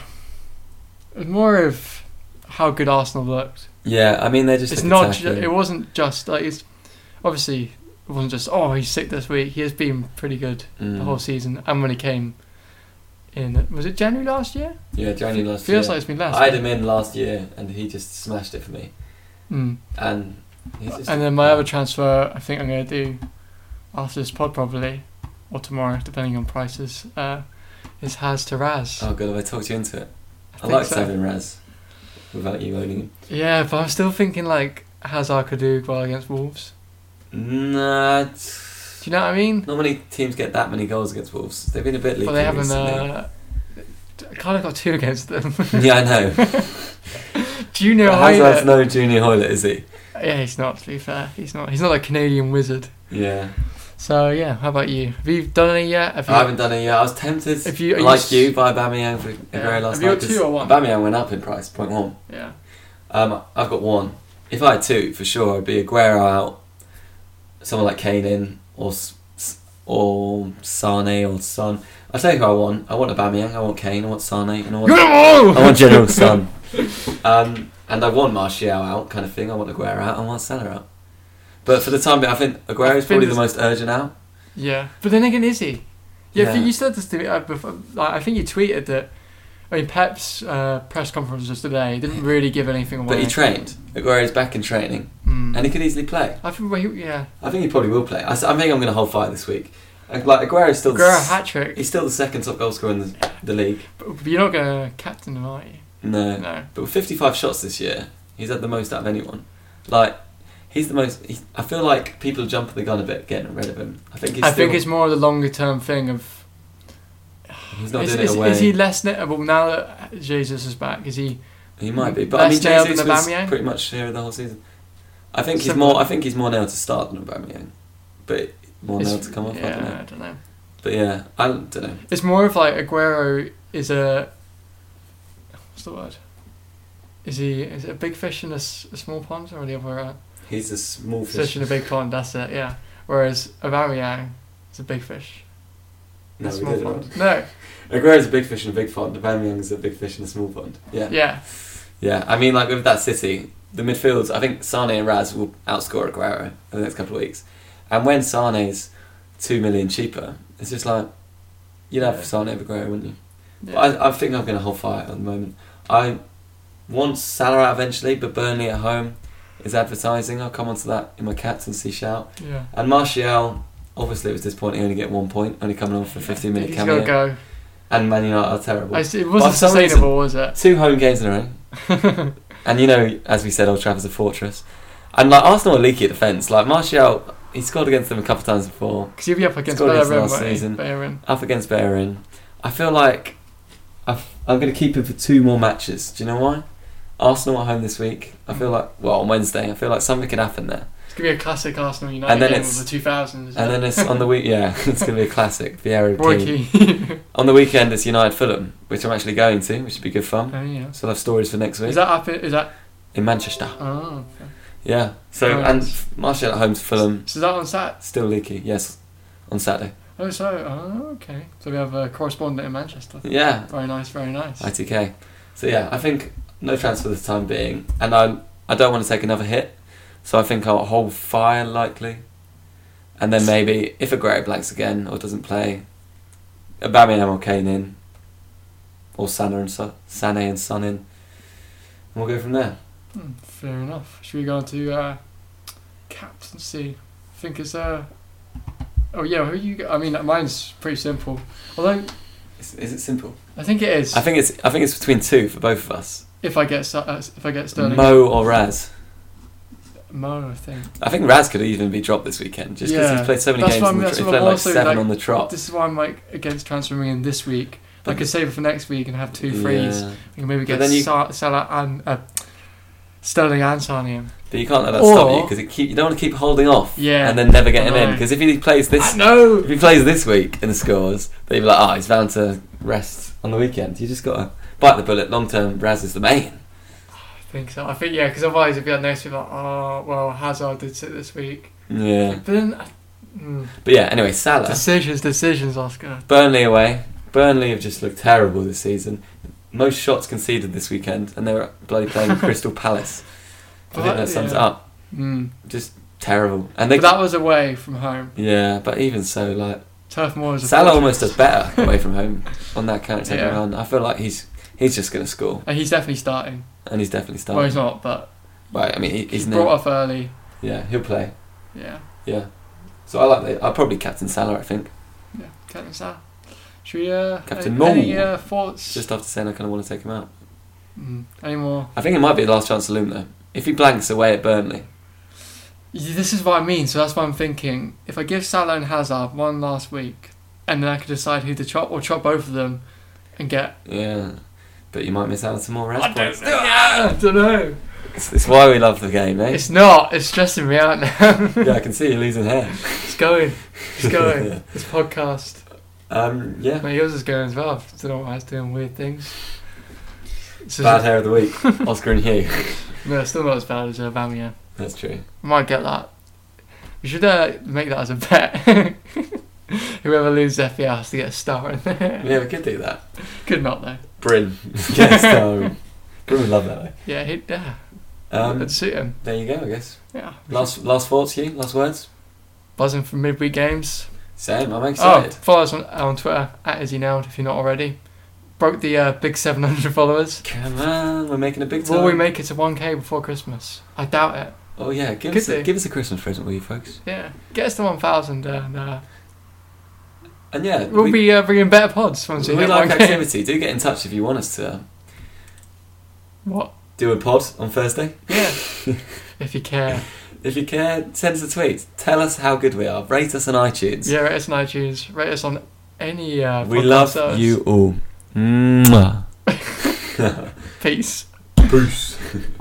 [SPEAKER 1] it's more of how good Arsenal looked.
[SPEAKER 2] Yeah, I mean they're just.
[SPEAKER 1] it's
[SPEAKER 2] like,
[SPEAKER 1] not. Ju-
[SPEAKER 2] attacking.
[SPEAKER 1] it wasn't just like it's obviously it wasn't just oh he's sick this week. He has been pretty good
[SPEAKER 2] Mm.
[SPEAKER 1] the whole season, and when he came in, was it January last year?
[SPEAKER 2] Yeah, January last
[SPEAKER 1] Feels
[SPEAKER 2] year.
[SPEAKER 1] like it's been last.
[SPEAKER 2] I had
[SPEAKER 1] year.
[SPEAKER 2] him in last year and Oh, he just smashed it for me.
[SPEAKER 1] Mm.
[SPEAKER 2] And He's just-
[SPEAKER 1] and then my other transfer, I think I'm going to do after this pod probably, or tomorrow, depending on prices, uh, is Has to Raz.
[SPEAKER 2] Oh, good. Have I talked you into it? I,
[SPEAKER 1] think
[SPEAKER 2] liked
[SPEAKER 1] so.
[SPEAKER 2] having Raz without you owning him.
[SPEAKER 1] Yeah, but I'm still thinking like Hazard could do well against Wolves.
[SPEAKER 2] Nah.
[SPEAKER 1] Do you know what I mean?
[SPEAKER 2] Not many teams get that many goals against Wolves. They've been a bit leaky
[SPEAKER 1] But they haven't.
[SPEAKER 2] recently.
[SPEAKER 1] Uh, kind of got two against them.
[SPEAKER 2] yeah, I know.
[SPEAKER 1] Do you know
[SPEAKER 2] But
[SPEAKER 1] how?
[SPEAKER 2] Hazard's no junior Hoyler, is he?
[SPEAKER 1] Yeah, he's not. To be fair, he's not. He's not a Canadian wizard.
[SPEAKER 2] Yeah.
[SPEAKER 1] So yeah, how about you? Have you done any yet? Have you,
[SPEAKER 2] I haven't done it yet. I was tempted,
[SPEAKER 1] If you- are you
[SPEAKER 2] like
[SPEAKER 1] s-
[SPEAKER 2] you, by Bamiyang for
[SPEAKER 1] Yeah.
[SPEAKER 2] Aguero last
[SPEAKER 1] Have you
[SPEAKER 2] night.
[SPEAKER 1] got
[SPEAKER 2] 'cause
[SPEAKER 1] two or one?
[SPEAKER 2] Aubameyang went up in price, point one.
[SPEAKER 1] Yeah.
[SPEAKER 2] Um, I've got one. If I had two, for sure, it'd be Aguero out, someone like Kane in, or S- S- or Sane or Son. I tell you who I want. I want Aubameyang. I want Kane. I want Sane. And I want I want General Son. Um, and I want Martial out, kind of thing. I want Aguero out. I want Salah out. But for the time being, I think Aguero is probably the most urgent out.
[SPEAKER 1] Yeah, but then again, is he? Yeah, I think
[SPEAKER 2] Yeah.
[SPEAKER 1] you said this to me. Uh, before, like, I think you tweeted that. I mean, Pep's uh, press conferences today didn't really give anything away.
[SPEAKER 2] But he trained. Aguero's back in training,
[SPEAKER 1] Mm.
[SPEAKER 2] and he could easily play.
[SPEAKER 1] I think. Well, he, yeah.
[SPEAKER 2] I think he probably will play. I, s- I think I'm going to hold fire this week. Like Aguero's still the,
[SPEAKER 1] Guerrero
[SPEAKER 2] s-
[SPEAKER 1] hat trick.
[SPEAKER 2] he's still the second top goal scorer in the, the league.
[SPEAKER 1] But you're not going to captain him, are you?
[SPEAKER 2] No,
[SPEAKER 1] No.
[SPEAKER 2] but with 55 shots this year, he's had the most out of anyone. Like he's the most. He's, I feel like people are jumping the gun a bit getting rid of him. I think he's.
[SPEAKER 1] I
[SPEAKER 2] still,
[SPEAKER 1] think it's more of the longer term thing of.
[SPEAKER 2] He's not
[SPEAKER 1] is,
[SPEAKER 2] doing it
[SPEAKER 1] is-
[SPEAKER 2] away.
[SPEAKER 1] is he less notable now that Jesus is back? Is he?
[SPEAKER 2] He might be, but I
[SPEAKER 1] Less
[SPEAKER 2] mean,
[SPEAKER 1] nailed than
[SPEAKER 2] Jesus was
[SPEAKER 1] Aubameyang?
[SPEAKER 2] pretty much here the whole season. I think he's
[SPEAKER 1] Similar.
[SPEAKER 2] more. I think he's more nailed to start than Aubameyang, but more
[SPEAKER 1] is-
[SPEAKER 2] nailed to come off. I don't
[SPEAKER 1] Yeah,
[SPEAKER 2] know.
[SPEAKER 1] I don't know.
[SPEAKER 2] But yeah, I don't know.
[SPEAKER 1] It's more of like Aguero is a. What's the word? Is he is it a big fish in a, s- a small pond or the other way around?
[SPEAKER 2] He's a small fish.
[SPEAKER 1] Fish in a big pond, that's it, yeah. Whereas Aubameyang is a big fish. in
[SPEAKER 2] No,
[SPEAKER 1] a
[SPEAKER 2] we
[SPEAKER 1] small
[SPEAKER 2] did it wrong.
[SPEAKER 1] pond. No,
[SPEAKER 2] Aguero's a big fish in a big pond. Aubameyang's a big fish in a small pond. Yeah.
[SPEAKER 1] yeah.
[SPEAKER 2] Yeah, I mean, like with that City, the midfields, I think Sane and Raz will outscore Aguero in the next couple of weeks. And when Sane's two million cheaper, it's just like you'd have
[SPEAKER 1] Yeah.
[SPEAKER 2] Sane over Aguero, wouldn't you?
[SPEAKER 1] yeah.
[SPEAKER 2] I, I think I'm going to hold fire at the moment. I want Salah out eventually, but Burnley at home is advertising. I'll come onto that in my captaincy shout.
[SPEAKER 1] yeah.
[SPEAKER 2] And Martial, obviously, it was disappointing. Only get one point, only coming on for a 15 minute
[SPEAKER 1] He's got to
[SPEAKER 2] cameo.
[SPEAKER 1] go.
[SPEAKER 2] And Man United are terrible.
[SPEAKER 1] I s- it
[SPEAKER 2] But
[SPEAKER 1] wasn't
[SPEAKER 2] for some
[SPEAKER 1] sustainable, was it?
[SPEAKER 2] Two home games in a row. and you know, as we said, Old Trafford's a fortress. And like Arsenal are leaky at defence. Like Martial, he scored against them a couple of times before.
[SPEAKER 1] Because you'll be up against
[SPEAKER 2] Scored against
[SPEAKER 1] Bellerin,
[SPEAKER 2] last
[SPEAKER 1] won't you?
[SPEAKER 2] season.
[SPEAKER 1] Bellerin.
[SPEAKER 2] Up against Bellerin. I feel like I've, I'm going to keep him for two more matches. Do you know why? Arsenal at home this week. I feel like well on Wednesday. I feel like something could happen there.
[SPEAKER 1] It's going to be a classic Arsenal United
[SPEAKER 2] And then
[SPEAKER 1] game
[SPEAKER 2] it's-
[SPEAKER 1] of the 2000s.
[SPEAKER 2] And then it's on the week. Yeah, it's going to be a classic. Vieira.
[SPEAKER 1] Roy
[SPEAKER 2] Keane.
[SPEAKER 1] Keane.
[SPEAKER 2] On the weekend, it's United Fulham, which I'm actually going to, which should be good fun.
[SPEAKER 1] Oh, yeah.
[SPEAKER 2] So I'll have stories for next week
[SPEAKER 1] Is that up? in- Is that.
[SPEAKER 2] in Manchester.
[SPEAKER 1] Oh, okay.
[SPEAKER 2] Yeah. So
[SPEAKER 1] Oh,
[SPEAKER 2] and
[SPEAKER 1] nice.
[SPEAKER 2] Martial at home to Fulham.
[SPEAKER 1] So is that on Sat?
[SPEAKER 2] Still leaky, yes. On Saturday.
[SPEAKER 1] Oh, so. Oh, okay. So we have a correspondent in Manchester.
[SPEAKER 2] Yeah.
[SPEAKER 1] Very nice, very nice.
[SPEAKER 2] ITK. So yeah, I think no transfer for the time being. And I I don't want to take another hit. So I think I'll hold fire likely. And then maybe if Aguero blanks again or doesn't play, Aubameyang or Kane in. Or Sané and Son, Sané and Son in. And we'll go from there.
[SPEAKER 1] Hmm, fair enough. Should we go on to uh, captaincy? I think it's. Uh, oh, yeah, who you. I mean, mine's pretty simple. Although,
[SPEAKER 2] Is, is it simple?
[SPEAKER 1] I think it is.
[SPEAKER 2] I think it's I think it's between two for both of us.
[SPEAKER 1] if I get Sa- uh, if I get Sterling.
[SPEAKER 2] Mo or Raz.
[SPEAKER 1] Mo, I think.
[SPEAKER 2] I think Raz could even be dropped this weekend just because
[SPEAKER 1] Yeah.
[SPEAKER 2] he's played so many
[SPEAKER 1] That's
[SPEAKER 2] games.
[SPEAKER 1] what
[SPEAKER 2] on
[SPEAKER 1] I'm-
[SPEAKER 2] the
[SPEAKER 1] that's
[SPEAKER 2] trot. He
[SPEAKER 1] what
[SPEAKER 2] played
[SPEAKER 1] I'm
[SPEAKER 2] like
[SPEAKER 1] also,
[SPEAKER 2] seven
[SPEAKER 1] like,
[SPEAKER 2] on the trot.
[SPEAKER 1] This is why I'm like against transferring in this week. I
[SPEAKER 2] But-
[SPEAKER 1] could save it for next week and have two frees.
[SPEAKER 2] Yeah.
[SPEAKER 1] We can maybe
[SPEAKER 2] But
[SPEAKER 1] get
[SPEAKER 2] then you-
[SPEAKER 1] Sa- Salah and uh, Sterling and Sanium.
[SPEAKER 2] But you can't let that
[SPEAKER 1] Or-
[SPEAKER 2] stop you because it keep you don't want to keep holding off.
[SPEAKER 1] Yeah.
[SPEAKER 2] And then never get him
[SPEAKER 1] I
[SPEAKER 2] in
[SPEAKER 1] know.
[SPEAKER 2] because if he plays this,
[SPEAKER 1] No.
[SPEAKER 2] if he plays this week and scores, they'd be like, oh, he's bound to rest on the weekend. You just gotta bite the bullet. Long term, Raz is the main.
[SPEAKER 1] I think so. I think yeah, because otherwise it'd be like next week like, oh well, Hazard did sit this week.
[SPEAKER 2] Yeah.
[SPEAKER 1] But then, I- mm,
[SPEAKER 2] But yeah. Anyway, Salah.
[SPEAKER 1] decisions, decisions, Oscar.
[SPEAKER 2] Burnley away. Burnley have just looked terrible this season. Most shots conceded this weekend, and they were bloody playing Crystal Palace. I think
[SPEAKER 1] But,
[SPEAKER 2] that sums it
[SPEAKER 1] yeah.
[SPEAKER 2] up.
[SPEAKER 1] Mm.
[SPEAKER 2] Just terrible. And they.
[SPEAKER 1] But that was away from home.
[SPEAKER 2] yeah, but even so, like.
[SPEAKER 1] Turf Moor is a
[SPEAKER 2] Salah
[SPEAKER 1] fortress.
[SPEAKER 2] almost does better away from home on that counter taking
[SPEAKER 1] Yeah.
[SPEAKER 2] run. I feel like he's he's just going to score,
[SPEAKER 1] And Uh, he's definitely starting.
[SPEAKER 2] and he's definitely
[SPEAKER 1] Well,
[SPEAKER 2] starting.
[SPEAKER 1] he's not, but
[SPEAKER 2] Right, I mean, he,
[SPEAKER 1] he's
[SPEAKER 2] he's
[SPEAKER 1] brought
[SPEAKER 2] new.
[SPEAKER 1] off early.
[SPEAKER 2] Yeah, he'll play.
[SPEAKER 1] Yeah.
[SPEAKER 2] Yeah. So I like that. I'll probably captain Salah, I think.
[SPEAKER 1] Yeah. Captain Sal. Should we, uh,
[SPEAKER 2] Captain
[SPEAKER 1] any,
[SPEAKER 2] Maul.
[SPEAKER 1] any uh, thoughts?
[SPEAKER 2] Just after saying I kind of want to take him out.
[SPEAKER 1] Mm, any more?
[SPEAKER 2] I think it might be the last chance to loom, though. If he blanks away at Burnley.
[SPEAKER 1] Yeah, This is what I mean. So that's what I'm thinking. If I give Salah and Hazard one last week, and then I could decide who to chop or chop both of them, and get.
[SPEAKER 2] Yeah. But you might miss out on some more rest points.
[SPEAKER 1] I don't know.
[SPEAKER 2] It's, it's why we love the game, eh?
[SPEAKER 1] It's not. It's stressing me out now.
[SPEAKER 2] yeah, I can see you losing hair.
[SPEAKER 1] it's going. It's going. This podcast.
[SPEAKER 2] Um, yeah.
[SPEAKER 1] My yours is going as well. I don't know why it's doing weird things. It's just-
[SPEAKER 2] Bad hair of the week. Oscar and Hugh.
[SPEAKER 1] No, it's still not as bad as Aubameyang.
[SPEAKER 2] That's true.
[SPEAKER 1] I might get that. We should uh, make that as a bet. Whoever loses FPL has to get a star in there.
[SPEAKER 2] Yeah, we could do that.
[SPEAKER 1] Could not though.
[SPEAKER 2] Bryn. yes, um, Bryn would love that,
[SPEAKER 1] Yeah, he'd yeah.
[SPEAKER 2] though. Um,
[SPEAKER 1] That'd suit him.
[SPEAKER 2] there you go, I guess.
[SPEAKER 1] Yeah.
[SPEAKER 2] Last last thoughts, Hugh? Last words?
[SPEAKER 1] Buzzing for midweek games.
[SPEAKER 2] Same, I'm
[SPEAKER 1] Oh,
[SPEAKER 2] excited.
[SPEAKER 1] follow us on, on Twitter at Izzy Nound if you're not already. Broke the uh, big 700 followers.
[SPEAKER 2] Come on, we're making a big time.
[SPEAKER 1] Will we make it to 1k before Christmas? I doubt it.
[SPEAKER 2] Oh yeah, give
[SPEAKER 1] Could
[SPEAKER 2] us a,
[SPEAKER 1] do.
[SPEAKER 2] give us a Christmas present, will you, folks?
[SPEAKER 1] Yeah, get us to 1,000 and uh,
[SPEAKER 2] And yeah,
[SPEAKER 1] we'll
[SPEAKER 2] we,
[SPEAKER 1] be uh, bringing better pods once we
[SPEAKER 2] we
[SPEAKER 1] hit
[SPEAKER 2] like
[SPEAKER 1] 1K.
[SPEAKER 2] activity. Do get in touch if you want us to
[SPEAKER 1] What?
[SPEAKER 2] do a pod on Thursday.
[SPEAKER 1] Yeah, if you care.
[SPEAKER 2] If you care, send us a tweet. Tell us how good we are. Rate us on iTunes.
[SPEAKER 1] Yeah, rate us on iTunes. Rate us on any. Uh,
[SPEAKER 2] we
[SPEAKER 1] podcast
[SPEAKER 2] love
[SPEAKER 1] service.
[SPEAKER 2] you all. Mwah.
[SPEAKER 1] Peace.
[SPEAKER 2] Peace.